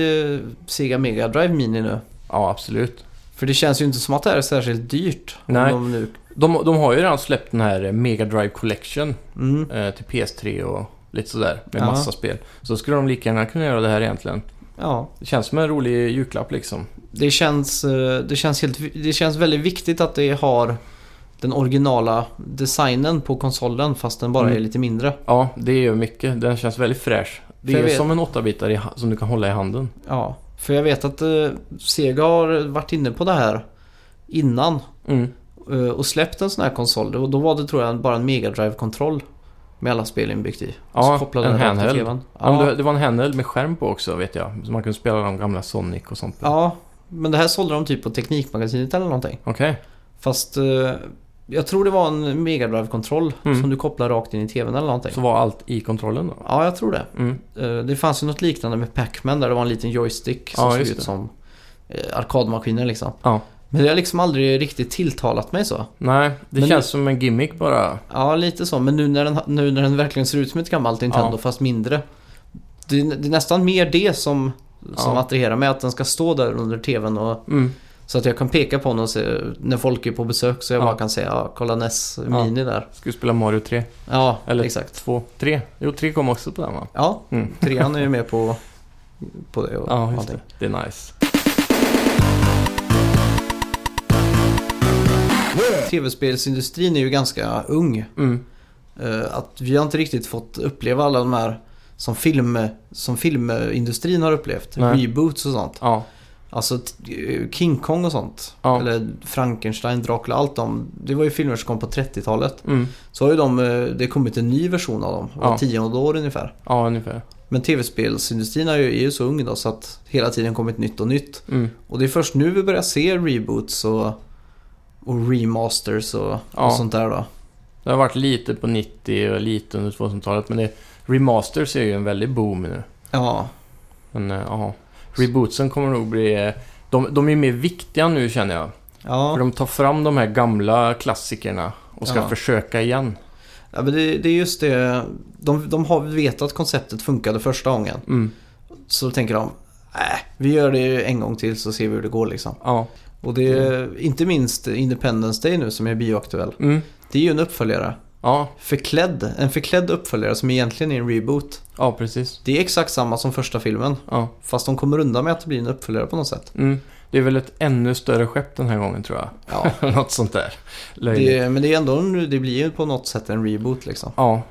Sega Mega Drive Mini nu?
Ja, absolut.
För det känns ju inte som att det här är särskilt dyrt. om
Nej.
De nu...
De, de har ju redan släppt den här eh, Mega Drive Collection
mm.
eh, till PS3 och lite sådär med
Ja.
massa spel. Så skulle de lika gärna kunna göra det här egentligen.
Ja,
Det känns som en rolig julklapp liksom.
det känns, eh, det, känns helt, vi- det känns väldigt viktigt att det har den originala designen på konsolen fast den bara
Mm.
är lite mindre.
Ja, det är ju mycket. Den känns väldigt fräsch. Det
För jag
är
vet-
som en 8-bitare i ha- som du kan hålla i handen.
Ja, för jag vet att eh, Sega har varit inne på det här innan
Mm.
eh, och släppt en sån här konsol. Och då var det tror jag bara en Mega drive kontroll med alla spel inbyggt i. Och
Ja,
så kopplade
en
den rakt till
handheld.
TVn.
Ja. men det,
Ja,
det var en handheld med skärm på också vet jag. Så man kunde spela de gamla Sonic och sånt. på.
ja, men det här sålde de typ på Teknikmagasinet eller någonting.
Okej.
Fast eh, jag tror det var en Mega drive kontroll
Mm.
som du kopplar rakt in i TVn eller någonting.
Så var allt i kontrollen då?
Ja, jag tror det.
Mm.
Eh, Det fanns ju något liknande med Pac-Man där det var en liten joystick som
Ja,
såg
just
ut
det.
som eh, arkadmaskinen liksom.
Ja.
Men det har liksom aldrig riktigt tilltalat mig så.
Nej, det
Men
känns som en gimmick bara.
Ja, lite så. Men nu när den, nu när den verkligen ser ut som ett gammalt Nintendo
Ja.
fast mindre. Det, är- det är nästan mer det som, som
Ja.
attraherar mig. Att den ska stå där under TVn och,
Mm.
så att jag kan peka på den och se, när folk är på besök så jag
Ja.
bara kan säga ja, kolla NES
Ja.
Mini där.
Ska vi spela Mario 3?
Ja,
Eller-
exakt.
Två, tre? Jo, tre kom också på den va?
Ja,
Mm.
trean är ju med på, på det och
Ja, just
allting.
det. Det är nice.
Tv-spelsindustrin är ju ganska ung.
Mm.
Eh, Att vi har inte riktigt fått uppleva alla de här som, film, som filmindustrin har upplevt.
Nej.
Reboots och sånt.
Ja,
Alltså t- eh, King Kong och sånt.
Ja.
Eller Frankenstein, Dracula, allt de. Det var ju filmer som kom på 30-talet.
mm.
Så har ju de, eh, det kommit en ny version av dem. Var
Ja.
tionde år ungefär.
ja ungefär.
Men tv-spelsindustrin är ju, är ju så ung då så att hela tiden kommit nytt och nytt.
Mm.
Och det är först nu vi börjar se reboots och, och remasters och,
Ja.
och sånt där då.
Det har varit lite på 90 och lite under 2000-talet, men det, remasters är ju en väldig boom nu.
Ja,
Men eh, ja, rebootsen kommer nog bli... eh, De, de är mer viktiga nu känner jag.
ja.
För de tar fram de här gamla klassikerna och ska
Ja.
försöka igen.
ja men det, det är just det. De, de har vetat att konceptet funkade första gången.
Mm.
Så tänker de, äh, vi gör det en gång till så ser vi hur det går liksom.
Ja.
Och det är inte minst Independence Day nu som är bioaktuell.
Mm.
Det är ju en uppföljare.
Ja,
Förklädd. En förklädd uppföljare som egentligen är en reboot.
ja precis.
Det är exakt samma som första filmen.
Ja.
Fast de kommer undan med att det blir en uppföljare på något sätt.
Mm. Det är väl ett ännu större skepp den här gången tror jag.
Ja.
Något sånt där. Löjligt.
Det, men det är ändå, en- det blir ju på något sätt en reboot liksom.
Ja.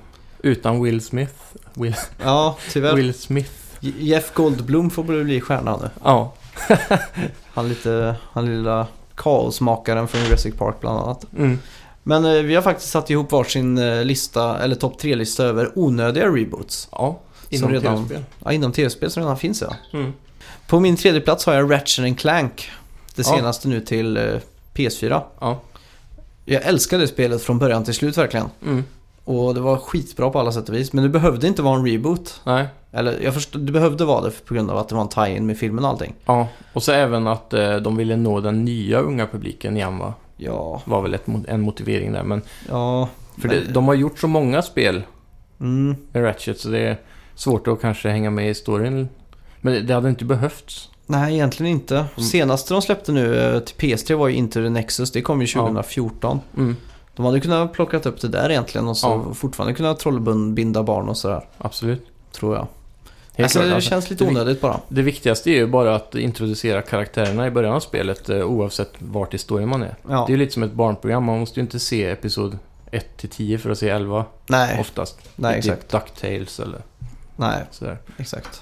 Utan Will Smith. Will,
Ja, tyvärr.
Will Smith.
Je- Jeff Goldblum får bli- bli stjärna nu.
Ja.
Han lite, han lilla kaosmakaren från Jurassic Park bland annat.
Mm.
Men eh, vi har faktiskt satt ihop varsin eh, lista, eller topp tre-lista över onödiga reboots.
Ja.
Som
Inom
redan-
tv-spel.
Ja, inom tv-spel som redan finns ja.
Mm.
På min tredje plats har jag Ratchet and Clank. Det
Ja.
senaste nu till eh, PS4.
Ja.
Jag älskade det spelet från början till slut verkligen.
Mm.
Och det var skitbra på alla sätt och vis. Men det behövde inte vara en reboot.
Nej.
Eller jag förstod, det behövde vara det på grund av att det var en tie-in med filmen och allting.
Ja. Och så även att eh, de ville nå den nya unga publiken igen va?
Ja,
Var väl ett, mo- en motivering där. Men
ja.
för
men-
det, de har gjort så många spel
Mm.
med Ratchet så det är svårt att kanske hänga med i storyn. Men det- det hade inte behövts.
Nej, egentligen inte.
Mm.
Senaste de släppte nu eh, till PS3 var ju Inter Nexus. Det kom ju 2014.
Mm.
De hade kunnat plockat upp det där egentligen och så
Ja.
fortfarande kunnat trollbinda barn och sådär.
Absolut.
Tror jag.
Helt
alltså,
klart,
det
alltså.
känns lite
Det vi-
onödigt bara.
Det viktigaste är ju bara att introducera karaktärerna i början av spelet eh, oavsett vart i storyn man är.
Ja.
Det är ju lite som ett barnprogram, man måste ju inte se episod 1-10 för att se 11
Nej,
oftast.
nej
Typ
exakt.
Ducktails eller
Nej,
sådär.
exakt.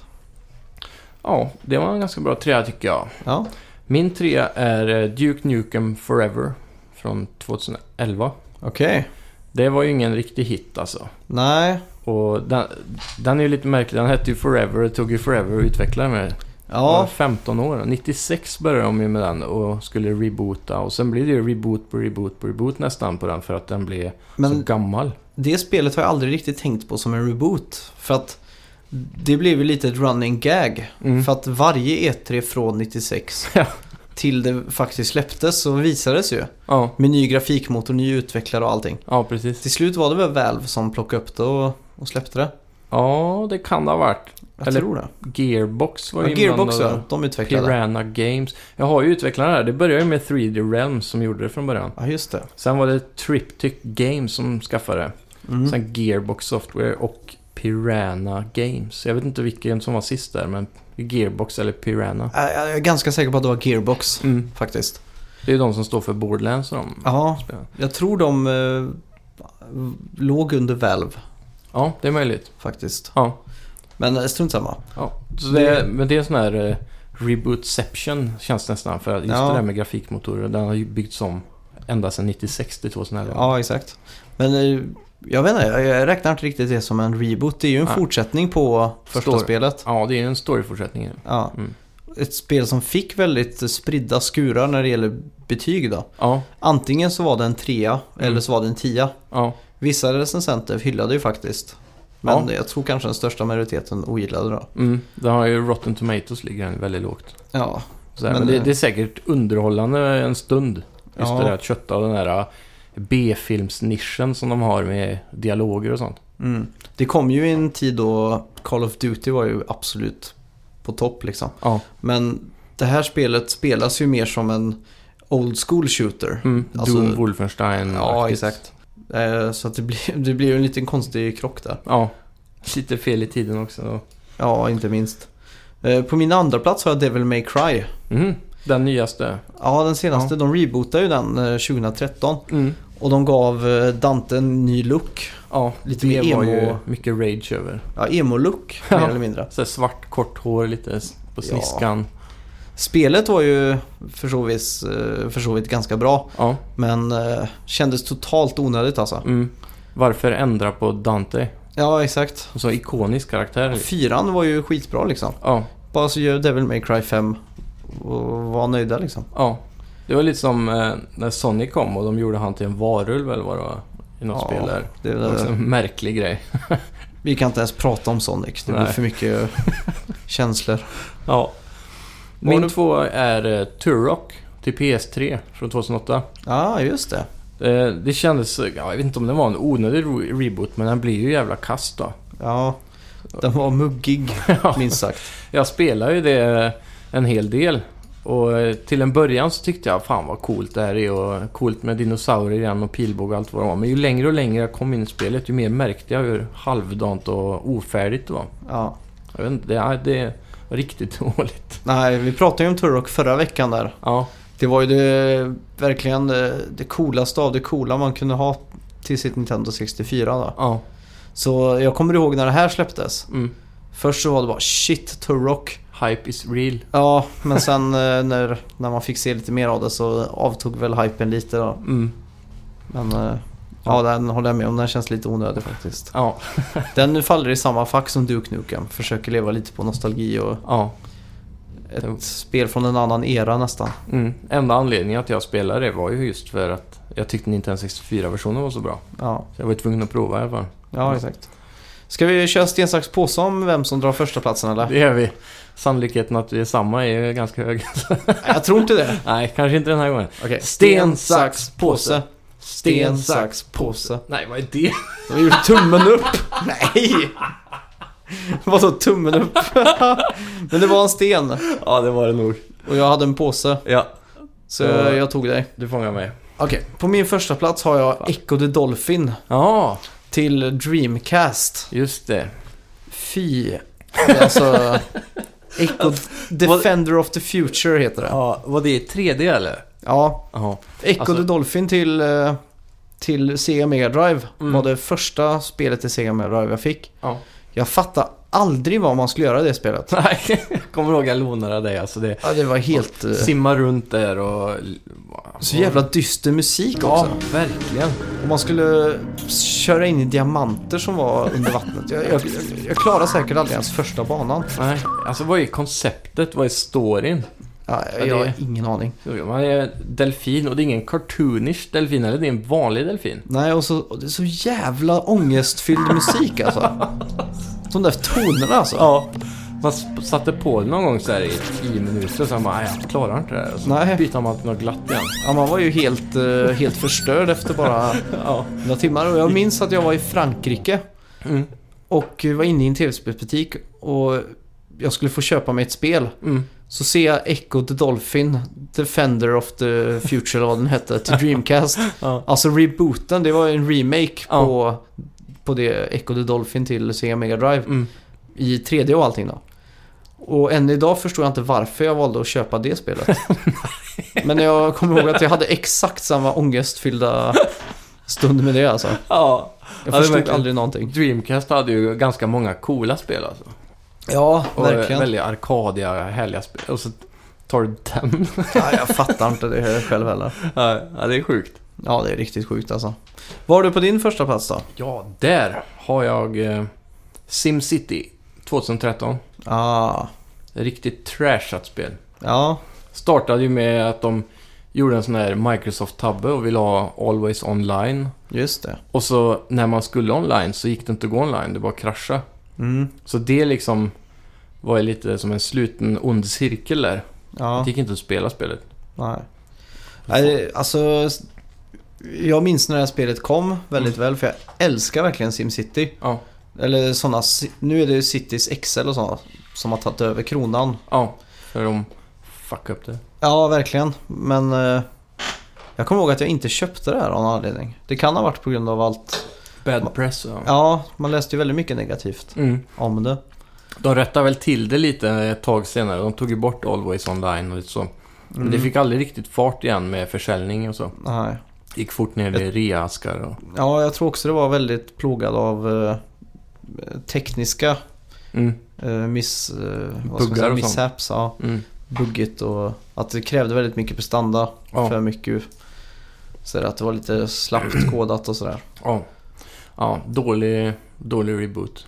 Ja, det var en ganska bra trea tycker jag.
Ja.
Min trea är eh, Duke Nukem Forever från 2011.
Okej.
Det var ju ingen riktig hit alltså.
Nej.
Och den, den är ju lite märklig, den hette ju Forever, det tog ju Forever att utveckla den med. Ja.
Ja.
15 år. 96 började de ju med den och skulle reboota. Och sen blev det ju reboot på reboot på reboot nästan på den för att den blev så
Men
gammal.
det spelet har jag aldrig riktigt tänkt på som en reboot. För att det blev ju lite ett running gag.
Mm.
För att varje E3 från 96
Ja.
till det faktiskt släpptes så visades ju.
Ja,
Med ny grafikmotor, ny utvecklare och allting.
ja, precis.
Till slut var det väl Valve som plockade upp det och, och släppte det.
Ja, det kan det ha varit.
Jag
Eller-
tror det.
Gearbox var
Ja,
ju
Gearbox ja,
inblandade.
de utvecklade.
Piranha Games. Jag har ju utvecklat det här. Det började ju med 3D Realms som gjorde det från början.
Ja, just det.
Sen var det Triptych Games som skaffade det.
Mm.
Sen Gearbox Software och Piranha Games. Jag vet inte vilken som var sist där, men Gearbox eller Piranha.
Äh, Jag är ganska säker på att det var Gearbox
Mm.
faktiskt.
Det är ju de som står för Borderlands och de
Ja,
spelen.
jag tror de eh, låg under Valve
Ja, det är möjligt.
faktiskt.
Ja.
Men eh, strunt samma.
ja. Så det, men det är en sån här eh, rebootception känns det nästan. För att just
Ja.
det där med grafikmotorer, den har ju byggts om ända sedan 96 till 2011.
Ja, exakt. Men eh, jag vet inte, jag- jag räknar inte riktigt det som en reboot. Det är ju en
Nej.
fortsättning på första
Förstår.
spelet.
Ja, det är ju en storyfortsättning. ju.
Ja.
Mm.
Ett spel som fick väldigt eh, spridda skurar när det gäller betyg då.
Ja,
Antingen så var det en trea eller
Mm.
så var det en tia.
ja,
Vissa recensenter hyllade ju faktiskt. Men
Ja.
jag tror kanske den största majoriteten ogillade då.
mm. Den har ju Rotten Tomatoes ligger den väldigt lågt.
Ja,
Så här,
Men
men det,
det-
det är säkert underhållande en stund. Just det där
ja.
att kötta den där eh, B-filmsnischen som de har med dialoger och sånt.
Mm. det kom ju i en tid då Call of Duty var ju absolut på topp liksom.
Ja.
Men det här spelet spelas ju mer som en old school shooter.
Mm.
Alltså-
Doom, Wolfenstein
Ja, exakt. Eh, Så att det blir, det blir ju en liten konstig krock där.
Ja. Lite fel i tiden också.
Ja, inte minst. Eh, På min andra plats har jag Devil May Cry.
Mm. Den nyaste.
Ja, den senaste. De rebootade ju den eh, 2013.
Mm.
Och de gav eh, Dante en ny look.
Ja,
Lite
det
mer
var ju
emo-
mycket rage över.
Ja, emo-look
Ja.
mer eller mindre.
Så här svart, kort hår lite s- på
Ja.
sniskan.
Spelet var ju för så vis, eh, för så vitt ganska bra,
Ja.
men eh, kändes totalt onödigt alltså.
Mm. Varför ändra på Dante?
Ja, exakt.
En så ikonisk karaktär. liksom.
Fyran var ju skitbra liksom.
Ja,
Bara så gör Devil May Cry 5 och var nöjda liksom.
ja. Det var lite som eh, när Sonic kom och de gjorde han till en varulv eller vad det var i något
Ja,
spel där.
Det,
Det var också
det,
en märklig grej.
vi kan inte ens prata om Sonic, det blir
Nej.
för mycket känslor.
Ja.
Var
Min
det-
två är eh, Turok till PS3 från 2008.
Ja, just det.
Eh, det kändes, ja, jag vet inte om det var en onödig re- reboot, men den blir ju jävla kass då.
Ja, Den var muggig,
Ja.
minst sagt.
Jag spelar ju det en hel del. Och eh, till en början så tyckte jag fan vad coolt det här är och coolt med dinosaurier igen och pilbåge och allt vad det var. Men ju längre och längre jag kom in i spelet ju mer märkte jag hur halvdant och ofärdigt det var.
Ja.
Jag vet inte, det, är- det var riktigt dåligt.
Nej, vi pratade ju om Turok förra veckan där.
Ja,
Det var ju det, verkligen det, det coolaste av det coola man kunde ha till sitt Nintendo 64 då.
ja,
Så jag kommer ihåg när det här släpptes.
mm.
Först så var det bara shit, Turok.
Hype is real.
Ja, men sen eh, när, när man fick se lite mer av det så avtog väl hypen lite då.
Mm.
Men eh, ja, den håller jag med om. Den känns lite onödig faktiskt.
Ja,
Den faller i samma fack som Duke Nukem. Försöker leva lite på nostalgi och
ja.
ett
Jo.
spel från en annan era nästan.
Mm. Enda anledningen att jag spelade det var ju just för att jag tyckte Nintendo 64-versionen var så bra.
Ja,
Så jag var ju tvungen att prova i alla fall.
ja exakt. Ska vi köra sten, sax, påse om vem som drar första platsen eller?
Det gör vi. Sannolikheten att vi är samma är ju ganska hög.
Jag tror inte det.
Nej, kanske inte den här gången.
Okej.
Sten, sax, påse.
Sten, sax, påse.
Nej, vad är det?
De gjorde tummen upp. Nej! Vadå tummen upp? Men det var en sten
ja, det var det nog.
och jag hade en påse.
Ja,
Så
Ja.
jag tog dig.
du fångar mig.
Okej, på min första plats har jag Echo the Dolphin
Ja,
till Dreamcast.
just det.
Fy. Det är Alltså... Echo Defender of the Future heter det.
Ja, var det i 3D eller?
Ja.
Ja.
Echo
Alltså-
the Dolphin till, eh, till Sega Mega Drive
Mm.
var det första spelet till Sega Mega Drive jag fick.
Ja.
Jag fattade aldrig vad man skulle göra i det spelet.
Nej, jag kommer ihåg jag lånade av dig. Alltså det...
Ja, det var helt... eh,
Simma runt där och...
Så jävla dyster musik
Ja,
också.
verkligen.
Och man skulle köra in i diamanter som var under vattnet. Jag, jag, jag klarade säkert aldrig ens första banan.
Nej, alltså vad är konceptet? Vad är storyn?
Ja,
Ja,
jag
det-
har ingen aning.
Man är delfin och det är ingen cartoonish delfin eller det är en vanlig delfin.
Nej, och, så, och det är så jävla ångestfylld musik alltså. De där tonerna alltså.
Ja. Man s- satte på det någon gång så här i 10 minuter och sen bara, "Nej, jag klarar inte det här. Och så
Nej.
byter man till något glatt igen.
Ja, man var ju helt, eh, helt förstörd efter bara
Ja.
några timmar. Och jag minns att jag var i Frankrike
Mm.
och var inne i en tv-spelsbutik och jag skulle få köpa mig ett spel.
Mm.
Så ser jag Echo the Dolphin, Defender of the Future eller vad den hette, till Dreamcast.
Ja.
Alltså rebooten, det var en remake
Ja.
på, på det Echo the Dolphin till Sega Mega Drive
Mm.
i 3D och allting då. Och än idag förstår jag inte varför jag valde att köpa det spelet. Men jag kommer ihåg att jag hade exakt samma ångestfyllda stund med det alltså.
ja.
Jag
det är
förstod
verkligen-
aldrig någonting.
Dreamcast hade ju ganska många coola spel alltså.
Ja,
Och
verkligen.
väldigt arkadiga, härliga spel. Och så tar du den.
Ja, jag fattar inte det här själv heller.
ja, det är sjukt.
Ja, det är riktigt sjukt alltså. Vad har du på din första plats då?
Ja, där har jag eh, SimCity 2013.
Ah,
Riktigt trashat spel.
ja,
Startade ju med att de gjorde en sån här Microsoft-tabbe och ville ha Always Online.
just det.
Och så när man skulle online så gick det inte att gå online, det bara krascha.
Mm,
Så det liksom var ju lite som en sluten ond cirkel där.
ja,
Det gick inte att spela spelet.
nej. nej. det- Alltså, jag minns när det här spelet kom väldigt väl för jag älskar verkligen SimCity.
Ja,
Eller sådana, nu är det ju Cities XL och sådana som har tagit över kronan.
ja. För de fuckade upp det.
Ja, verkligen. Men eh, jag kommer ihåg att jag inte köpte det här av någon anledning. Det kan ha varit på grund av allt.
Bad press ja.
Ja, man läste ju väldigt mycket negativt
Mm.
om det.
De rättade väl till det lite ett tag senare. De tog ju bort Always Online och lite så. Men det fick aldrig riktigt fart igen med försäljning och så.
Nej.
Gick fort ner i reaskar och...
Ja, jag tror också det var väldigt plågad av eh, tekniska
Mm,
eh, miss, eh, vad ska man
Buggar
säga,
och sånt.
mishaps. Ja,
mm.
buggigt och att det krävde väldigt mycket prestanda.
Ja.
För mycket. Så att det var lite slappt kodat och sådär.
Ja. Ja, dålig, dålig reboot.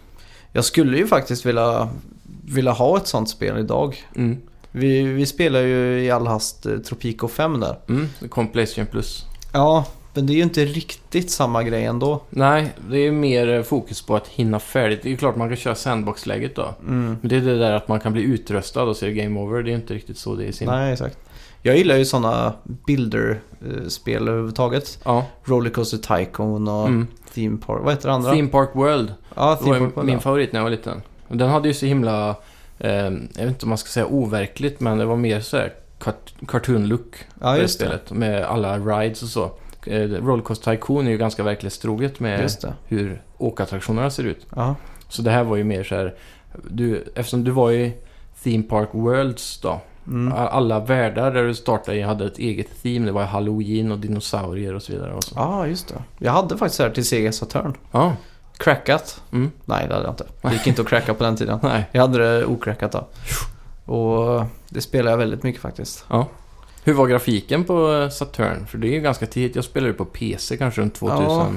Jag skulle ju faktiskt vilja, vilja ha ett sånt spel idag.
Mm.
Vi, vi spelar ju i all hast eh, Tropico 5 där.
Mm. Det kom Playstation Plus.
Ja, men det är ju inte riktigt samma grej ändå.
Nej, det är mer eh, fokus på att hinna färdigt. Det är ju klart man kan köra sandbox-läget då.
Mm.
Men det är det där att man kan bli utröstad och så är det game over. Det är inte riktigt så det är i sin...
Nej, exakt. Jag gillar ju sådana builder-spel överhuvudtaget.
Ja.
Rollercoaster Tycoon och
Mm.
Theme Park. Vad heter det andra?
Theme Park World.
ja,
Det var
Theme
ju
Park.
min
ja.
favorit när jag var liten. Och den hade ju så himla, eh, jag vet inte om man ska säga overkligt, men det var mer så här cart- cartoon-look
Ja,
på det
just det.
spelet. Med alla rides och så. Eh, Rollercoaster Tycoon är ju ganska verklighetstroget med
Just det.
hur åkattraktionerna ser ut.
Ja.
Så det här var ju mer så här, du, eftersom du var i Theme Park Worlds då.
Mm.
A- Alla världar där du startade i hade ett eget theme. Det var halloween och dinosaurier och så vidare. Och så.
Ja, just det. Jag hade faktiskt det här till Sega Saturn.
Ja,
Crackat?
mm,
Nej, det hade jag inte. Det gick inte att cracka på den tiden.
nej.
Jag hade det ocrackat då. Och det spelade jag väldigt mycket faktiskt.
Hur var grafiken på eh, Saturn? För det är ju ganska tidigt. Jag spelade ju på PC kanske runt 2000.
Ja.
Ja.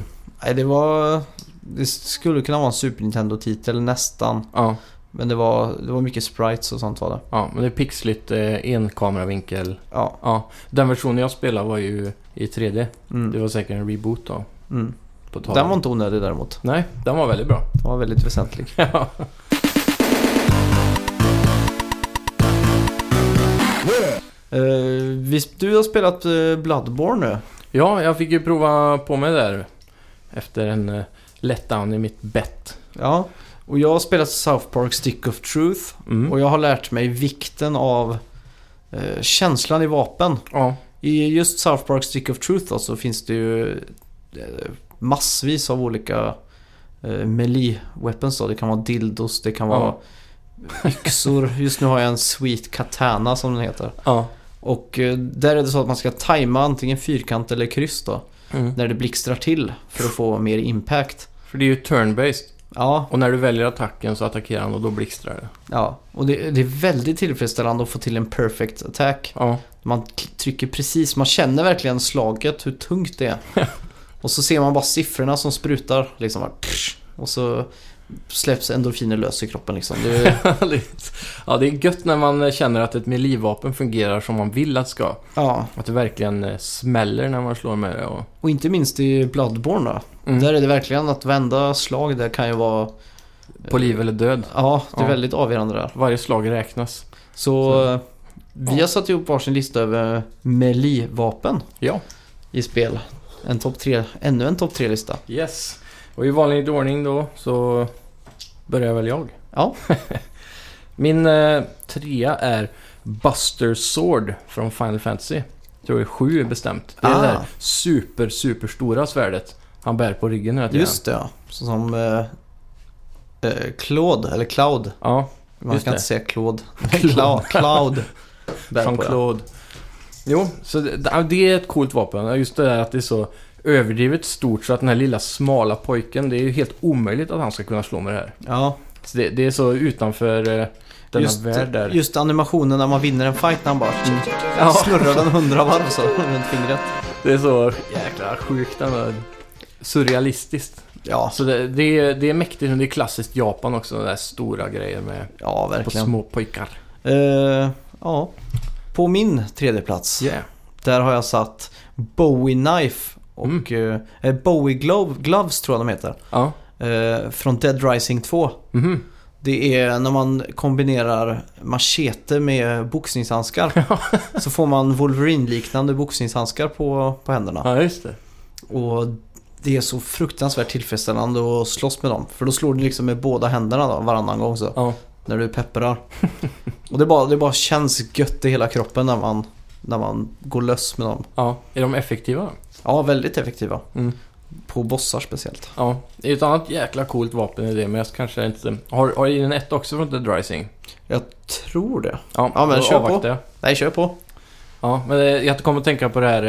Nej, det var... Det skulle kunna vara en Super Nintendo-titel nästan.
Ja,
Men det var, det var mycket sprites och sånt var det.
men det är pixligt, eh, enkameravinkel.
Ja.
Ja, den versionen jag spelade var ju i 3D. Det
Mm.
var säkert en reboot då.
Mm.
På tal.
Den var inte onödig däremot.
Nej, den var väldigt bra.
Den var väldigt väsentlig.
Ja.
Eh, visst, du har spelat eh, Bloodborne nu?
ja, jag fick ju prova på mig där. Efter en eh, letdown i mitt bett.
Ja. Och jag har spelat South Park Stick of Truth.
Mm.
Och jag har lärt mig vikten av eh, känslan i vapen.
Ja,
I just South Park Stick of Truth då, så finns det ju eh, massvis av olika eh, melee weapons då. Det kan vara dildos, det kan
Ja.
vara yxor. Just nu har jag en Sweet Katana som den heter.
ja.
Och eh, där är det så att man ska tajma antingen fyrkant eller kryss då.
Mm.
När det blixtrar till för att få mer impact.
För det är ju turn-based.
Ja,
Och när du väljer attacken så attackerar han och då blixtrar det.
ja. och det, det är väldigt tillfredsställande att få till en perfect attack.
Ja,
Man k- trycker precis, man känner verkligen slaget, hur tungt det är. och så ser man bara siffrorna som sprutar liksom bara, psh, Och så släpps endorfiner lös i kroppen liksom. Det är,
ja det är gött när man känner att ett melee-vapen fungerar som man vill att ska.
ja.
Att det verkligen eh, smäller när man slår med det. Och...
Och inte minst i Bloodborne då.
Mm.
Där är det verkligen att vända slag där kan ju vara... eh,
På liv eller död.
Ja, det är
Ja.
väldigt avgörande där.
Varje slag räknas.
Så,
Så-
eh, vi har satt ihop varsin lista över melee-vapen
Ja.
i spel. En topp tre, ännu en topp tre-lista.
Yes. Och i vanlig ordning då så börjar väl jag.
Ja.
Min eh, trea är Buster Sword från Final Fantasy. Jag tror det är sju bestämt. Det är
Ah.
det där super, super stora svärdet han bär på ryggen hela tiden.
Just det ja. Så som eh, eh, Claude, eller Cloud.
Ja,
Man
Just
kan
det.
inte säga Claude. Cloud. Cloud. Bär på, ja.
Jean-Claude. Jo, så det, ja, det är ett coolt vapen. Ja, Just det där att det är så överdrivet stort så att den här lilla smala pojken, det är ju helt omöjligt att han ska kunna slå med det här.
Ja,
Så det, det är så utanför eh, denna
just,
värld där. Mm.
just animationen när man vinner en fight när han bara
Ja.
snurrar den hundra varv så runt fingret.
Det är så jäkla sjukt ändå. Surrealistiskt.
Ja,
Alltså det, det, är, det är mäktigt, men det är klassiskt Japan också, de där stora grejer med
ja
på
verkligen.
små pojkar.
Eh, ja. På min tredje plats,
Yeah.
där har jag satt Bowie Knife
Mm.
och eh, Bowie Glove, Gloves tror jag de heter.
Ja.
Eh, från Dead Rising 2.
Mhm.
Det är när man kombinerar machete med boxningshandskar. så får man Wolverine-liknande boxningshandskar på, på händerna.
Ja, just det.
Och det är så fruktansvärt tillfredsställande att slåss med dem. För då slår du liksom med båda händerna då, varannan gång så.
Ja.
När du pepprar. Och det bara, det bara känns gött i hela kroppen när man, när man går lös med dem.
ja. Är de effektiva då?
Ja, väldigt effektiva.
Mm.
På bossar speciellt.
Ja, det är ett annat jäkla coolt vapen i det, men jag kanske inte... Har, har i den ett också från Dead Rising?
Jag tror det.
Ja,
Ja, men
då
kör på.
avvaktar jag.
Nej, kör på.
Ja, men eh, jag kommer att tänka på det här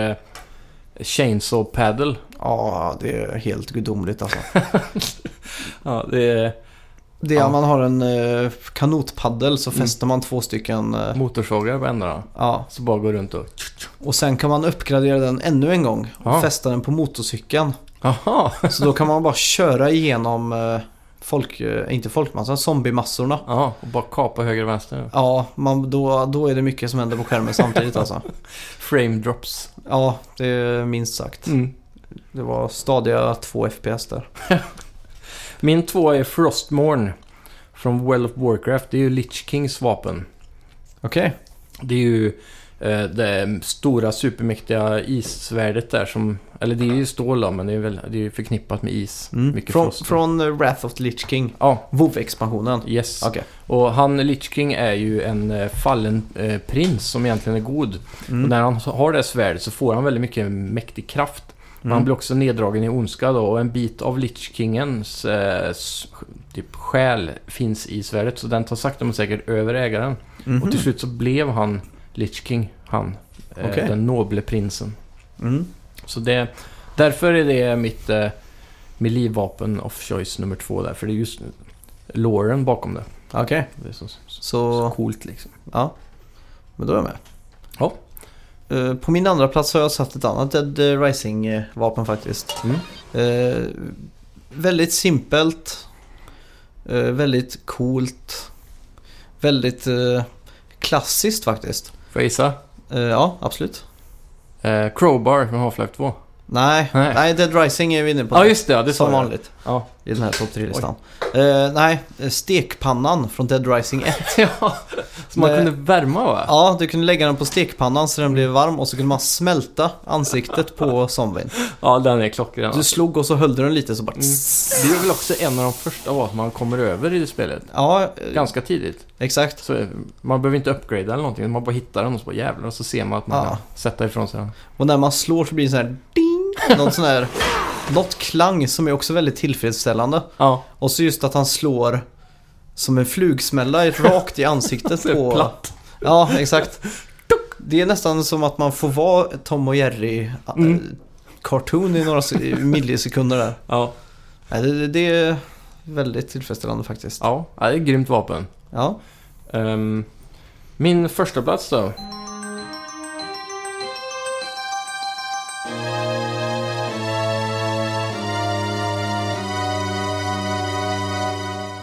eh, Chainsaw Paddle.
Ja, det är helt gudomligt alltså.
Ja, det är
Det är
Ja. Mm.
att man har en eh, kanotpaddel så fäster man två stycken. Eh,
motorsågar på ändarna.
ja.
Så bara går runt och...
Och sen kan man uppgradera den ännu en gång och
Ja.
fästa den på motorcykeln.
Aha!
Så då kan man bara köra igenom eh, folk, eh, inte folkmassan, zombiemassorna.
Ja, och bara kapa höger och vänster.
Ja, man, då, då är det mycket som händer på skärmen samtidigt alltså.
Frame drops.
Ja, det är minst sagt.
Mm.
Det var stadiga 2 FPS där.
Min tvåa är Frostmorn från World of Warcraft. Det är ju Lich Kings vapen.
Okej.
Det är ju eh, det stora supermäktiga issvärdet där som... Eller det är ju stål då, men det är, väl, det är ju förknippat med is.
Mm.
Mycket
Från,
frost.
från eh, Wrath of the Lich King.
Ja,
WoW-expansionen.
yes.
Okej.
Och han, Lich King, är ju en eh, fallen eh, prins som egentligen är god. Och
Mm.
när han har det svärdet så får han väldigt mycket mäktig kraft. Men Han
Mm.
blir också neddragen i ondska då och en bit av Lich Kingens eh, s- typ själ finns i svärdet. Så den tar sakta men säkert över ägaren. Och till
Mhm.
slut så blev han Lich King, han. Eh,
Okej.
Den noble prinsen.
Mm.
Så det, därför är det mitt, eh, mitt livvapen of choice nummer två där. För det är just låren bakom det.
Okej,
Det är så, så, så
så
coolt liksom.
ja. Men då är jag med.
Ja.
Eh, På min andra plats har jag satt ett annat Dead eh, Rising-vapen faktiskt.
Mm.
Eh, väldigt simpelt. Eh, väldigt coolt. Väldigt eh, klassiskt faktiskt.
Får jag gissa?
Eh, ja, absolut.
Eh, Crowbar från Half-Life 2.
Nej,
Nej.
nej. Dead Rising är vi inne på.
Ja
nu.
just det, ja, det sa
Som
jag.
vanligt
Ja.
i den här topp 3-listan. Eh, nej, eh, stekpannan från Dead Rising 1.
ja. Så man
Nej.
kunde värma va?
Ja, du kunde lägga den på stekpannan så den blev varm och så kunde man smälta ansiktet på zombien.
Ja, den är klockren.
Du
alltså.
slog och så höll du den lite så bara...
Mm. Det är väl också en av de första vapen man kommer över i det spelet.
Ja, eh,
Ganska tidigt.
exakt.
Så eh, man behöver inte upgrada eller någonting. Man bara hittar den och så bara jävlar och så ser man att man
Ja.
kan sätta ifrån sig den.
Och när man slår så blir det så här ding! Något sån här... Något klang som är också väldigt tillfredsställande.
Ja,
Och så just att han slår som en flugsmälla rakt i ansiktet
så är det
på...
platt.
Ja, exakt. Det är nästan som att man får vara Tom och Jerry eh,
Mm.
cartoon i några se- millisekunder där.
Ja.
Nej, det, det är väldigt tillfredsställande faktiskt.
ja, det är ett grymt vapen.
Ja.
Ehm, min första plats då.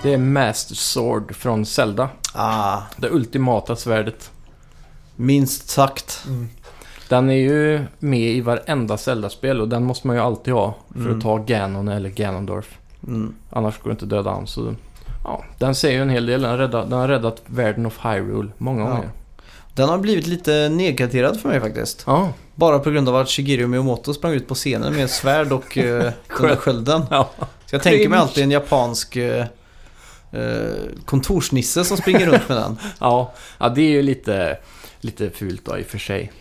Det är Master Sword från Zelda.
Ah,
Det ultimata svärdet.
minst sagt.
Mm. Den är ju med i varenda Zelda-spel och den måste man ju alltid ha för
Mm.
att ta Ganon eller Ganondorf.
Mm.
Annars går det inte att döda han. Så, ja, den säger ju en hel del. Den har räddat, den har räddat världen of Hyrule många
Ja.
gånger.
Den har blivit lite nedgraderad för mig faktiskt.
Ja,
Bara på grund av att Shigeru Miyamoto sprang ut på scenen med ett svärd och eh, den där skölden.
ja.
Så jag tänker mig alltid en japansk eh, eh, kontorsnisse som springer runt med den.
ja. ja det är ju lite, lite fult då i och för sig.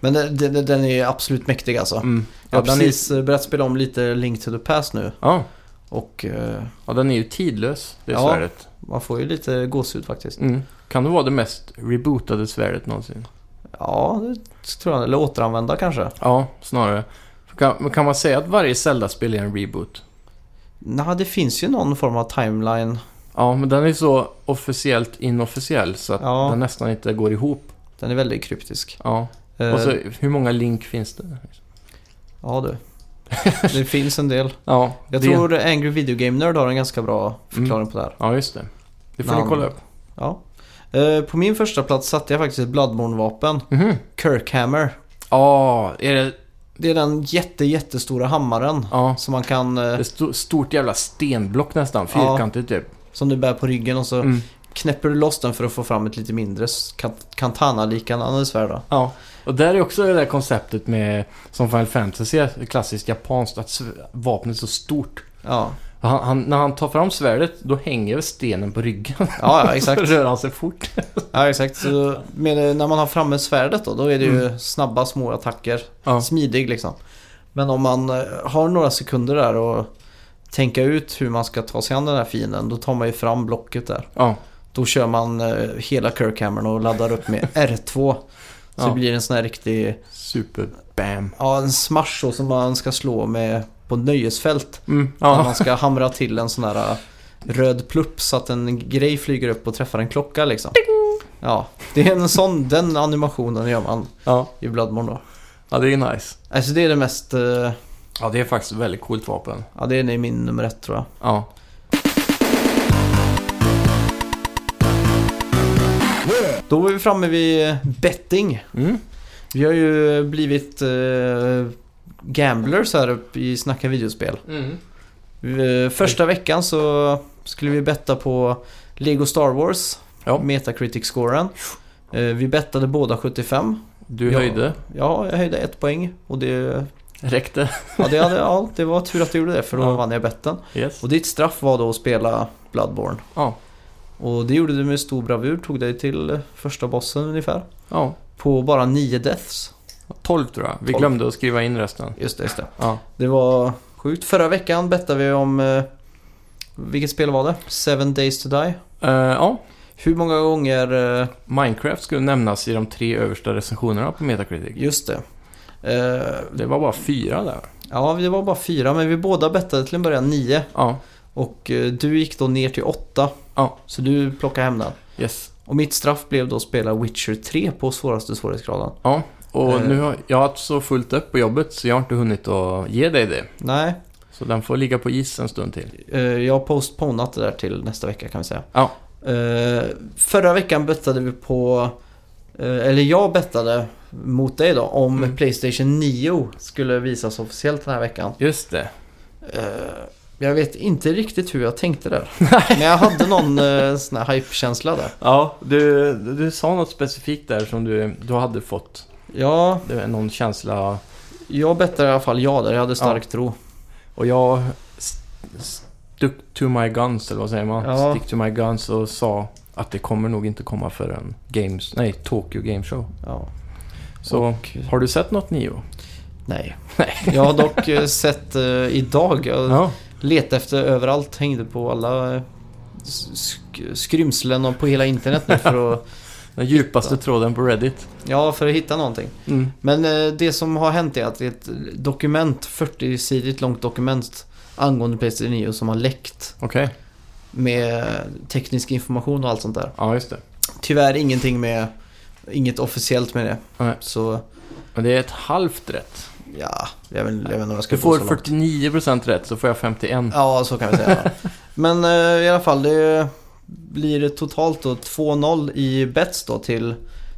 Men den, den, den är absolut mäktig alltså.
Mm.
Jag
Ja,
har
den är,
precis eh, börjat spela om lite Link to the Past nu.
ja.
Och eh,
ja, den är ju tidlös, det
Ja.
svärdet.
man får ju lite gåshud faktiskt.
Mm. Kan det vara det mest rebootade svärdet någonsin?
Ja, det tror jag. Eller återanvända kanske.
Ja, snarare. Kan, men kan man säga att varje Zelda-spel är en reboot?
Nej, det finns ju någon form av timeline.
Ja, men den är så officiellt inofficiell så att
Ja.
den nästan inte går ihop.
Den är väldigt kryptisk.
Ja.
Eh,
Och så, hur många link finns det?
Ja du. Det finns en del.
Ja,
Jag
det- Mm.
tror Angry Video Game Nerd har en ganska bra förklaring på det här.
Ja, just det. Det får
Namn.
ni kolla upp.
Ja. Eh, På min första plats satte jag faktiskt ett Bloodborne-vapen.
Mhm.
Kirkhammer.
Ja, är det...
Det är den jätte, jättestora hammaren.
Ja.
Som man kan... eh,
Det är sto- stort jävla stenblock nästan. Fyrkantigt typ.
Som du bär på ryggen och så
Mm.
knäpper du loss den för att få fram ett lite mindre s- kat- Katana-liknande svärd då.
Ja. Och där är också det där konceptet med... Som Final Fantasy är klassiskt japanskt. Att sv- vapnet är så stort.
Ja,
Han, han, när han tar fram svärdet, då hänger stenen på ryggen.
ja, ja exakt.
Rör han sig fort.
Ja, exakt. Så med, när man har framme svärdet då, då är det ju
Mm.
snabba små attacker.
Ja.
Smidig liksom. Men om man eh, har några sekunder där och tänka ut hur man ska ta sig an den här fienden, då tar man ju fram blocket där.
Ja.
Då kör man eh, hela Kirkhammern och laddar upp med R2. Så
Ja.
det blir en sån här riktig,
Super bam.
ja en smash så som man ska slå med på nöjesfält.
Mm.
När
Ja.
man ska hamra till en sån här eh, röd plupp så att en grej flyger upp och träffar en klocka liksom. Ja, det är en sån, den animationen gör man
Ja.
i Bloodborne då.
ja, det är nice.
Alltså det är det mest, eh,
Ja, det är faktiskt ett väldigt coolt vapen.
ja det är min nummer ett tror jag.
Ja.
Då var vi framme vid eh, betting.
Mm.
Vi har ju blivit eh, gamblers här uppe i Snacka videospel. Eh, första veckan så skulle vi betta på Lego Star Wars,
Ja.
Metacritic-scoren. Eh, Vi bettade båda 75.
Du
Ja.
höjde,
Ja, jag höjde ett poäng och det,
räckte.
ja, det, hade, ja, det var tur att jag gjorde det för då
Ja.
vann jag betten.
Yes.
Och ditt straff var då att spela Bloodborne.
Ja.
Och det gjorde du med stor bravur, tog dig till eh, första bossen ungefär.
Ja,
På bara nio deaths.
12 tror jag. Vi
12.
glömde att skriva in resten.
Just det, just det.
Ja.
Det var sjukt. Förra veckan bettade vi om... eh, Vilket spel var det? Seven Days to Die.
Eh, ja,
Hur många gånger... eh,
Minecraft skulle nämnas i de tre översta recensionerna på Metacritic.
Just det. Eh,
Det var bara fyra där.
Ja, det var bara fyra, men vi båda bettade till en början nio.
Ja,
Och eh, du gick då ner till åtta.
Ja.
Så du plockade hem den.
yes.
Och mitt straff blev då att spela Witcher 3 på svåraste svårighetsgraden.
Och
Eh.
nu har jag har haft så fullt upp på jobbet så jag har inte hunnit att ge dig det.
Nej,
Så den får ligga på is en stund till.
eh, jag har postponat det där till nästa vecka kan vi säga.
Ja.
Eh, Förra veckan bettade vi på, eh, eller jag bettade mot dig då, om
Mm.
Playstation 9 skulle visas officiellt den här veckan.
Just det.
Eh, Jag vet inte riktigt hur jag tänkte där. Men jag hade någon eh, sån här hype-känsla där.
Ja, du, du sa något specifikt där som du, du hade fått.
Ja,
Det var någon känsla.
Jag bettade i alla fall ja där, jag hade stark tro.
Och jag st- stuck to my guns, eller vad säger man?
Ja.
Stick to my guns och sa att det kommer nog inte komma förrän games, nej, Tokyo Game Show.
Ja.
Så har du sett något Nio?
Nej.
Nej.
Jag har dock eh, sett eh, idag, jag
Ja.
letade efter överallt, hängde på alla eh, sk- skrymslen och på hela internet nu för att,
Den djupaste tråden på Reddit.
ja, för att hitta någonting.
Mm.
Men eh, det som har hänt är att det är ett dokument, 40-sidigt långt dokument angående Playstation 9 som har läckt
Okej.
med teknisk information och allt sånt där.
Ja, just det.
Tyvärr ingenting med, inget officiellt med det.
Nej.
Så,
Men det är ett halvt rätt.
ja, jag vet, jag vet inte om jag ska
Du
gå
får
så långt.
49% rätt så får jag 51.
Ja, så kan vi säga. Men eh, i alla fall, det blir totalt då 2-0 i bets då till,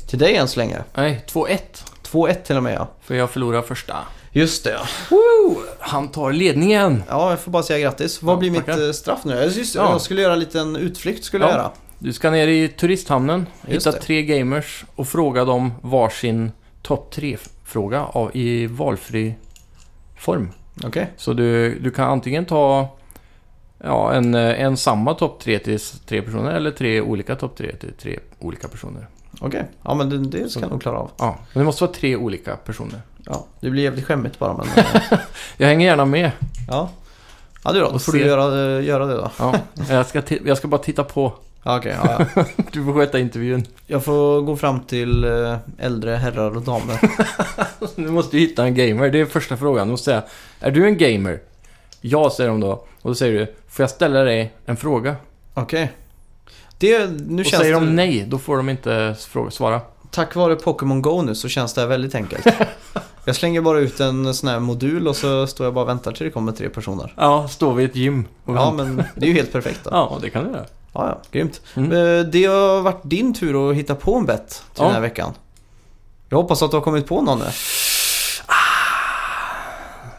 till dig än så länge.
Nej, 2-1.
2-1 till och med ja.
För jag förlorar första.
Just det ja.
Han tar ledningen!
Ja, jag får bara säga grattis. Vad
Ja,
blir mitt
tackar.
eh, straff nu? Jag- Just, det,
Ja.
Jag skulle göra en liten utflykt skulle
Ja.
jag göra.
Du ska ner i turisthamnen,
Just
hitta
det.
tre gamers och fråga dem varsin topp tre-fråga av- i valfri form.
Okej.
Så du, du kan antingen ta ja, en, eh, en samma topp tre till s- tre personer eller tre olika topp tre till tre olika personer.
Okej. Ja, men det, det ska jag
Så.
nog klara av.
Ja, men det måste vara tre olika personer.
Ja, det blir jävligt skämmigt bara men... eh,
Jag hänger gärna med.
ja. Ja, du då. Då
Och
får du
se.
göra, eh, göra det då.
Ja, jag, ska ti- jag ska bara titta på.
Ja, okej. ja, ja.
Du får sköta intervjun.
Jag får gå fram till eh, äldre herrar och damer.
Du måste ju hitta en gamer. Det är första frågan. Du måste säga, är du en gamer? Ja, säger de då. Och då säger du, får jag ställa dig en fråga?
Okej. Det, nu
och
känns
säger
det...
de nej, då får de inte fråga, svara.
Tack vare Pokémon Go nu så känns det här väldigt enkelt. Jag slänger bara ut en sån här modul och så står jag bara och väntar till det kommer tre personer.
Ja, står vi i ett gym. och
Ja
väntar.
men det är ju helt perfekt då. Ja
ja, det kan du göra.
ja, grymt.
Mm.
Eh, Det har varit din tur att hitta på en bett till
Ja.
den här veckan. Jag hoppas att du har kommit på någon nu.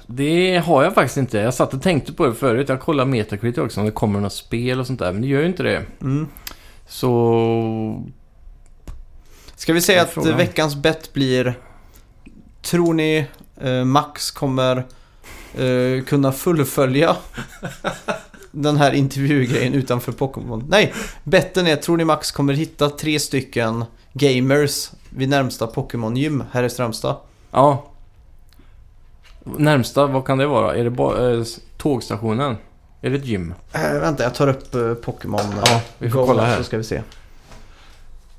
Det har jag faktiskt inte. Jag satt och tänkte på det förut. Jag kollade Metacritic också om det kommer något spel och sånt där. Men det gör ju inte det.
Mm.
Så...
Ska vi säga
Jag
att
frågar.
veckans bett blir Tror ni eh, Max kommer eh, kunna fullfölja den här intervjugrejen utanför Pokémon? Nej, betten är tror ni Max kommer hitta tre stycken gamers vid närmsta Pokémon-gym här i Strömstad?
Ja. Närmsta, vad kan det vara? Är det bara, eh, tågstationen? Är det ett gym?
Eh, vänta, jag tar upp eh, Pokémon. eh,
Ja, vi får
Go
kolla
här,
här.
Så ska vi se.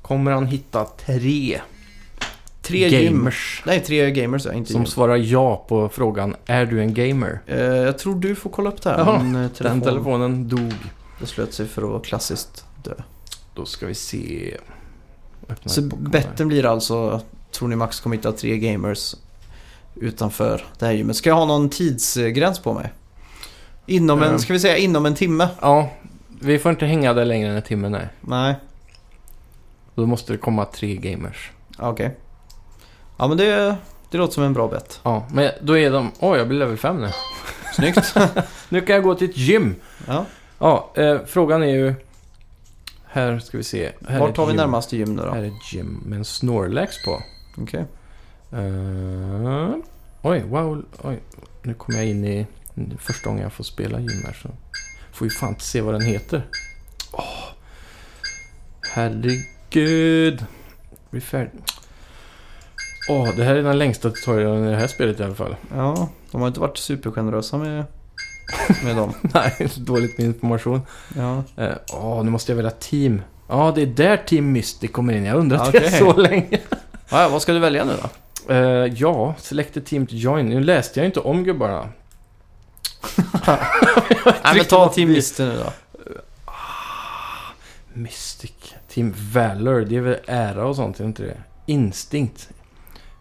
Kommer han hitta tre,
Tre gamers.
gamers
Nej, tre gamers ja, inte
som
gym.
svarar ja på frågan Är du en gamer?
Eh, jag tror du får kolla upp det här.
Jaha,
Min, eh,
Den
telefon
telefonen dog.
beslöt sig för att klassiskt dö.
Då ska vi se. Öppna
Så
ett Pokémon här.
betten blir alltså, tror ni max kommer hitta tre gamers utanför det här gymmet? Ska jag ha någon tidsgräns på mig? Inom en,
Eh.
ska vi säga inom en timme?
Ja, vi får inte hänga där längre än en timme nej.
Nej,
Då måste det komma tre gamers.
Ja, okej. Ja men det, det låter som en bra bett.
Ja, men då är de... Åh, jag blir level 5 nu.
Snyggt.
Nu kan jag gå till ett gym.
ja.
Ja, eh, frågan är ju... Här ska vi se. Här är
Vart
ett
har vi
gym.
närmaste gym nu då?
Här är ett gym med en Snorlax på.
Okej.
Eh, oj, wow. Oj. Nu kommer jag in i... det är Första gången jag får spela gym här så... Får ju fan inte se vad den heter. Åh. herregud. Bli färdig. Åh, det här är den längsta tutorialen i det här spelet i alla fall.
Ja, de har inte varit supergenerösa med, med dem.
Nej, dåligt med information.
Ja.
Eh, Åh, nu måste jag välja team. Ja, det är där Team Mystic kommer in. Jag har undrat
Okej.
det så länge.
Ah, ja, vad ska du välja nu då?
Eh, ja, select a team to join. Nu läste jag inte om gubbarna.
Nej, men
tryckte
ta
något
Team
i-
Mister nu då.
Mystic. Team Valor, det är väl ära och sånt, är det inte det? Instinkt.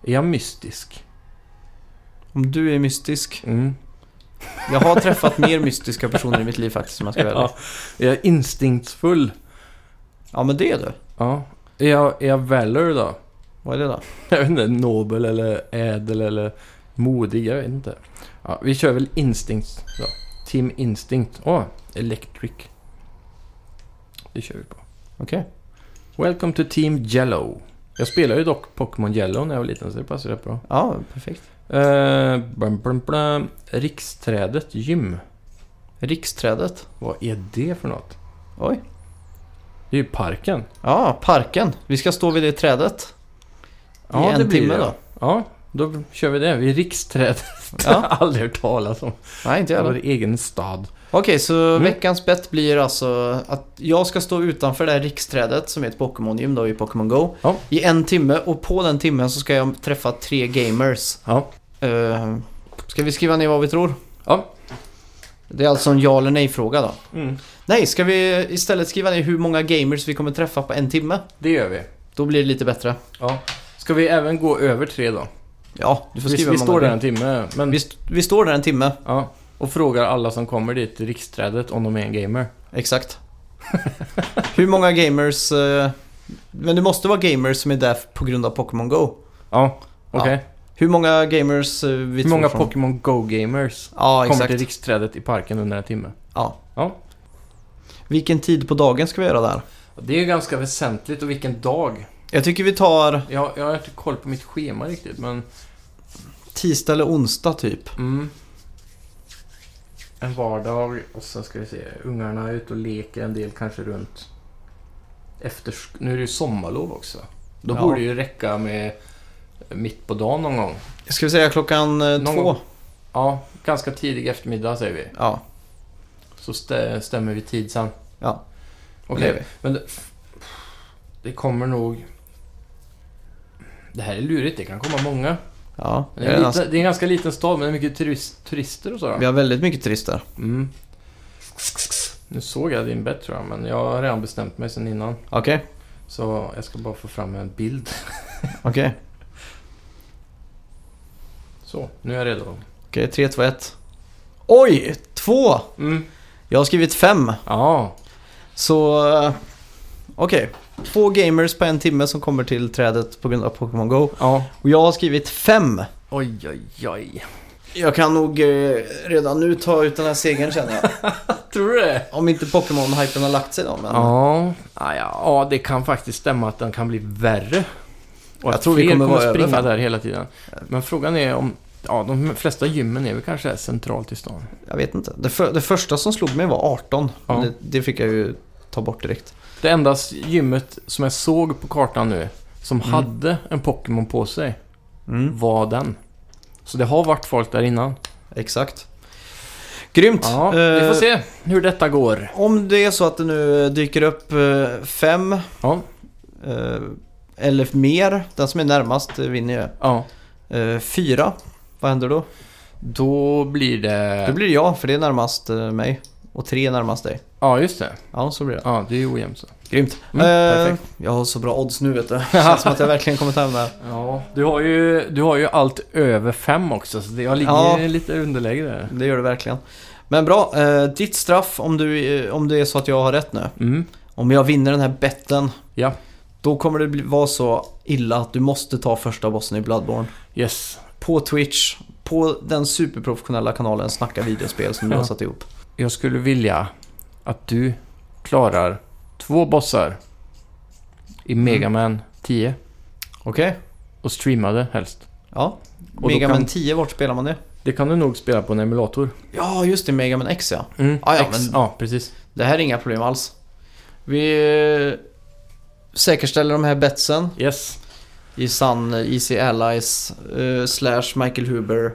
Är jag mystisk?
Om du är mystisk.
Mm.
Jag har träffat mer mystiska personer i mitt liv faktiskt som jag ska välja.
Ja. Är jag instinktsfull?
Ja, men det är du.
Ja. Är jag, är jag Valor då?
Vad är det då?
Jag vet inte, nobel eller ädel eller modig, jag vet inte. Ja, vi kör väl instinkt då. Team Instinct. Åh, Electric. Det kör vi på.
Okej.
Welcome to Team Jello. Jag spelade ju dock Pokémon Jello när jag var liten, så det passar rätt bra.
Ja, perfekt.
Eh, blam, blam, blam. Riksträdet gym.
Riksträdet.
Vad är det för något?
Oj.
Det är ju parken.
Ja, parken. Vi ska stå vid det trädet. I en timme då.
Ja, då kör vi det. Vid Riksträdet.
Ja.
Aldrig hört talas om.
Nej, inte
Det
jag
är vår
heller.
egen stad.
Okej, så
Mm.
veckans bett blir alltså att jag ska stå utanför det här riksträdet som är ett Pokémon-gym då i Pokémon Go.
Ja.
I en timme och på den timmen så ska jag träffa tre gamers.
Ja.
Uh, ska vi skriva ner vad vi tror?
Ja.
Det är alltså en ja eller nej fråga då.
Mm.
Nej, ska vi istället skriva ner hur många gamers vi kommer träffa på en timme?
Det gör vi.
Då blir det lite bättre.
Ja. Ska vi även gå över tre då?
Ja, du får
Vi,
skriva
vi
hur
står
många
där en timme. Men,
Vi, st- vi står där en timme,
ja, och frågar alla som kommer dit till Riksträdet om de är en gamer.
exakt. hur många gamers... eh, men det måste vara gamers som är där på grund av Pokémon Go.
Ja, okej.
Ja, Hur många gamers eh, vi
Hur många
tror från...
Pokémon Go-gamers
Ja,
kommer
exakt.
till Riksträdet i parken under en timme?
Ja.
Ja.
Vilken tid på dagen ska vi göra där?
Det är ju ganska väsentligt och vilken dag.
Jag tycker vi tar
Jag, jag har inte koll på mitt schema riktigt men...
tisdag eller onsdag typ.
Mm. En vardag och sen ska vi se. Ungarna är ute och leker en del kanske runt... Efter, sk- nu är det ju sommarlov också. Då
Ja.
borde det ju räcka med mitt på dagen någon gång.
Ska vi säga klockan eh,
Någon
två?
gång. Ja, ganska tidig eftermiddag säger vi.
Ja,
Så stä- stämmer vi tid sen.
Ja.
Okej,
Det är vi.
men det, det kommer nog... Det här är lurigt, det kan komma många.
ja.
Det är, en liten, det är en ganska liten stad men det är mycket turist, turister och sådär.
Vi har väldigt mycket turister.
Mm. Nu såg jag din bett tror jag, men jag har redan bestämt mig sen innan.
Okej,
Så jag ska bara få fram en bild.
okej.
Så, nu är jag redo.
Okej, tre, två, ett. Oj! Två!
Mm.
Jag har skrivit fem.
Ja,
Så... eh, Okej. Två gamers på en timme som kommer till trädet på grund av Pokémon Go.
ja.
Och jag har skrivit fem.
Oj, oj, oj.
Jag kan nog eh, redan nu ta ut den här segern känner jag.
Tror du det?
Om inte Pokémon-hypen har lagt sig då. Men
Ja, ja, ja, det kan faktiskt stämma att den kan bli värre. Och
Jag
att
tror vi
fler
kommer vara över
springa
fem.
där hela tiden. Men frågan är om... Ja, de flesta gymmen är väl kanske här centralt i stan.
jag vet inte. Det, för, det första som slog mig var 18.
Ja.
Men det, det fick jag ju ta bort direkt.
Det enda gymmet som jag såg på kartan nu, som
Mm.
hade en Pokémon på sig,
Mm.
var den. Så det har varit folk där innan.
Exakt. Grymt!
Ja, vi får
Eh,
se hur detta går.
Om det är så att det nu dyker upp eh, fem
Ja,
eh, eller mer, den som är närmast eh, vinner ju.
ja.
Eh, Fyra, vad händer då?
Då blir det...
Då blir det jag, för det är närmast eh, mig. Och tre är närmast dig.
Ja, just det.
Ja, så blir det.
Ja, det är ju ojämnt så.
Grymt.
Mm,
Eh,
perfekt.
jag har så bra odds nu vet du. Känns som att jag verkligen kommit hem där.
Ja, du har ju, du har ju allt över fem också, så det- jag ligger
Ja.
i lite underläge där.
Det gör du verkligen. Men bra, eh, ditt straff om, du, eh, om det är så att jag har rätt nu.
Mm.
Om jag vinner den här betten.
Ja.
Då kommer det bli, vara så illa att du måste ta första bossen i Bloodborne.
Yes.
På Twitch, på den superprofessionella kanalen Snacka videospel som du
Ja.
har satt ihop.
Jag skulle vilja att du klarar två bossar i Mega Man 10
Okej.
och streamade helst.
Ja.
då
Mega Man
kan-
10, vart spelar man det?
Det kan du nog spela på en emulator.
Ja, just det. Mega Man X ja.
Mm,
Ah, ja,
X,
men-
ja precis.
Det här är inga problem alls. Vi eh, säkerställer de här betsen
Yes.
i sann eh, Easy Allies eh, slash Michael Huber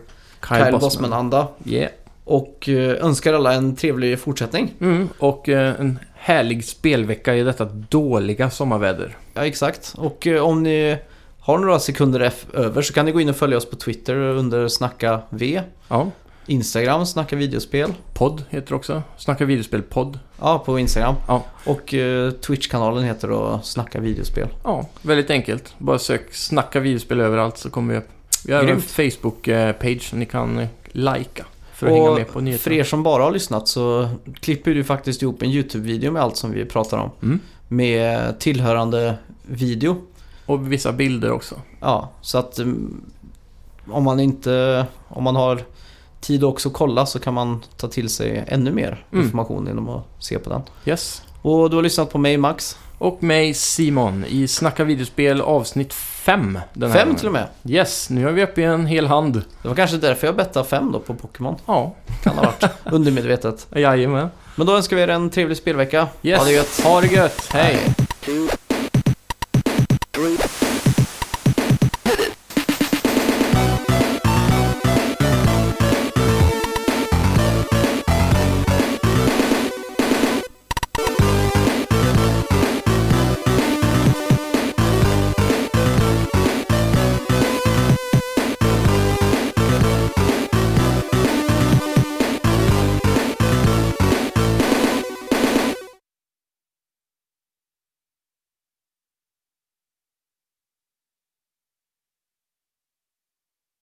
Kyle,
Kyle Bossman-anda.
Yeah.
Och eh, önskar alla en trevlig fortsättning.
Mm, och eh, en härlig spelvecka i detta dåliga sommarväder.
Ja, exakt. Och eh, om ni har några sekunder F över så kan ni gå in och följa oss på Twitter under Snacka V.
Ja.
Instagram, Snacka videospel.
Podd heter det också. Snacka videospel podd.
Ja, på Instagram.
Ja.
Och eh, Twitch-kanalen heter då Snacka videospel.
Ja, väldigt enkelt. Bara sök Snacka videospel överallt så kommer vi upp. Vi har
Grymt.
en Facebook-page som ni kan eh, likea för att
och
hänga med på
för
nyheterna.
er som bara har lyssnat så klipper du faktiskt ihop en YouTube-video med allt som vi pratar om.
Mm.
Med tillhörande video.
Och vissa bilder också.
Ja, så att mm, om man inte, om man har tid att också kolla så kan man ta till sig ännu mer
Mm.
information genom att se på den.
Yes.
Och du har lyssnat på mig Max.
Och mig Simon i Snacka videospel avsnitt 5.
Fem till och med.
med. Yes, nu är vi uppe i en hel hand.
Det var kanske därför jag bettade fem då på Pokémon.
Ja,
Kan ha varit undermedvetet.
jajamän.
Men då önskar vi er en trevlig spelvecka.
Yes.
Ha det gött.
Ha det gött. Hej.
two,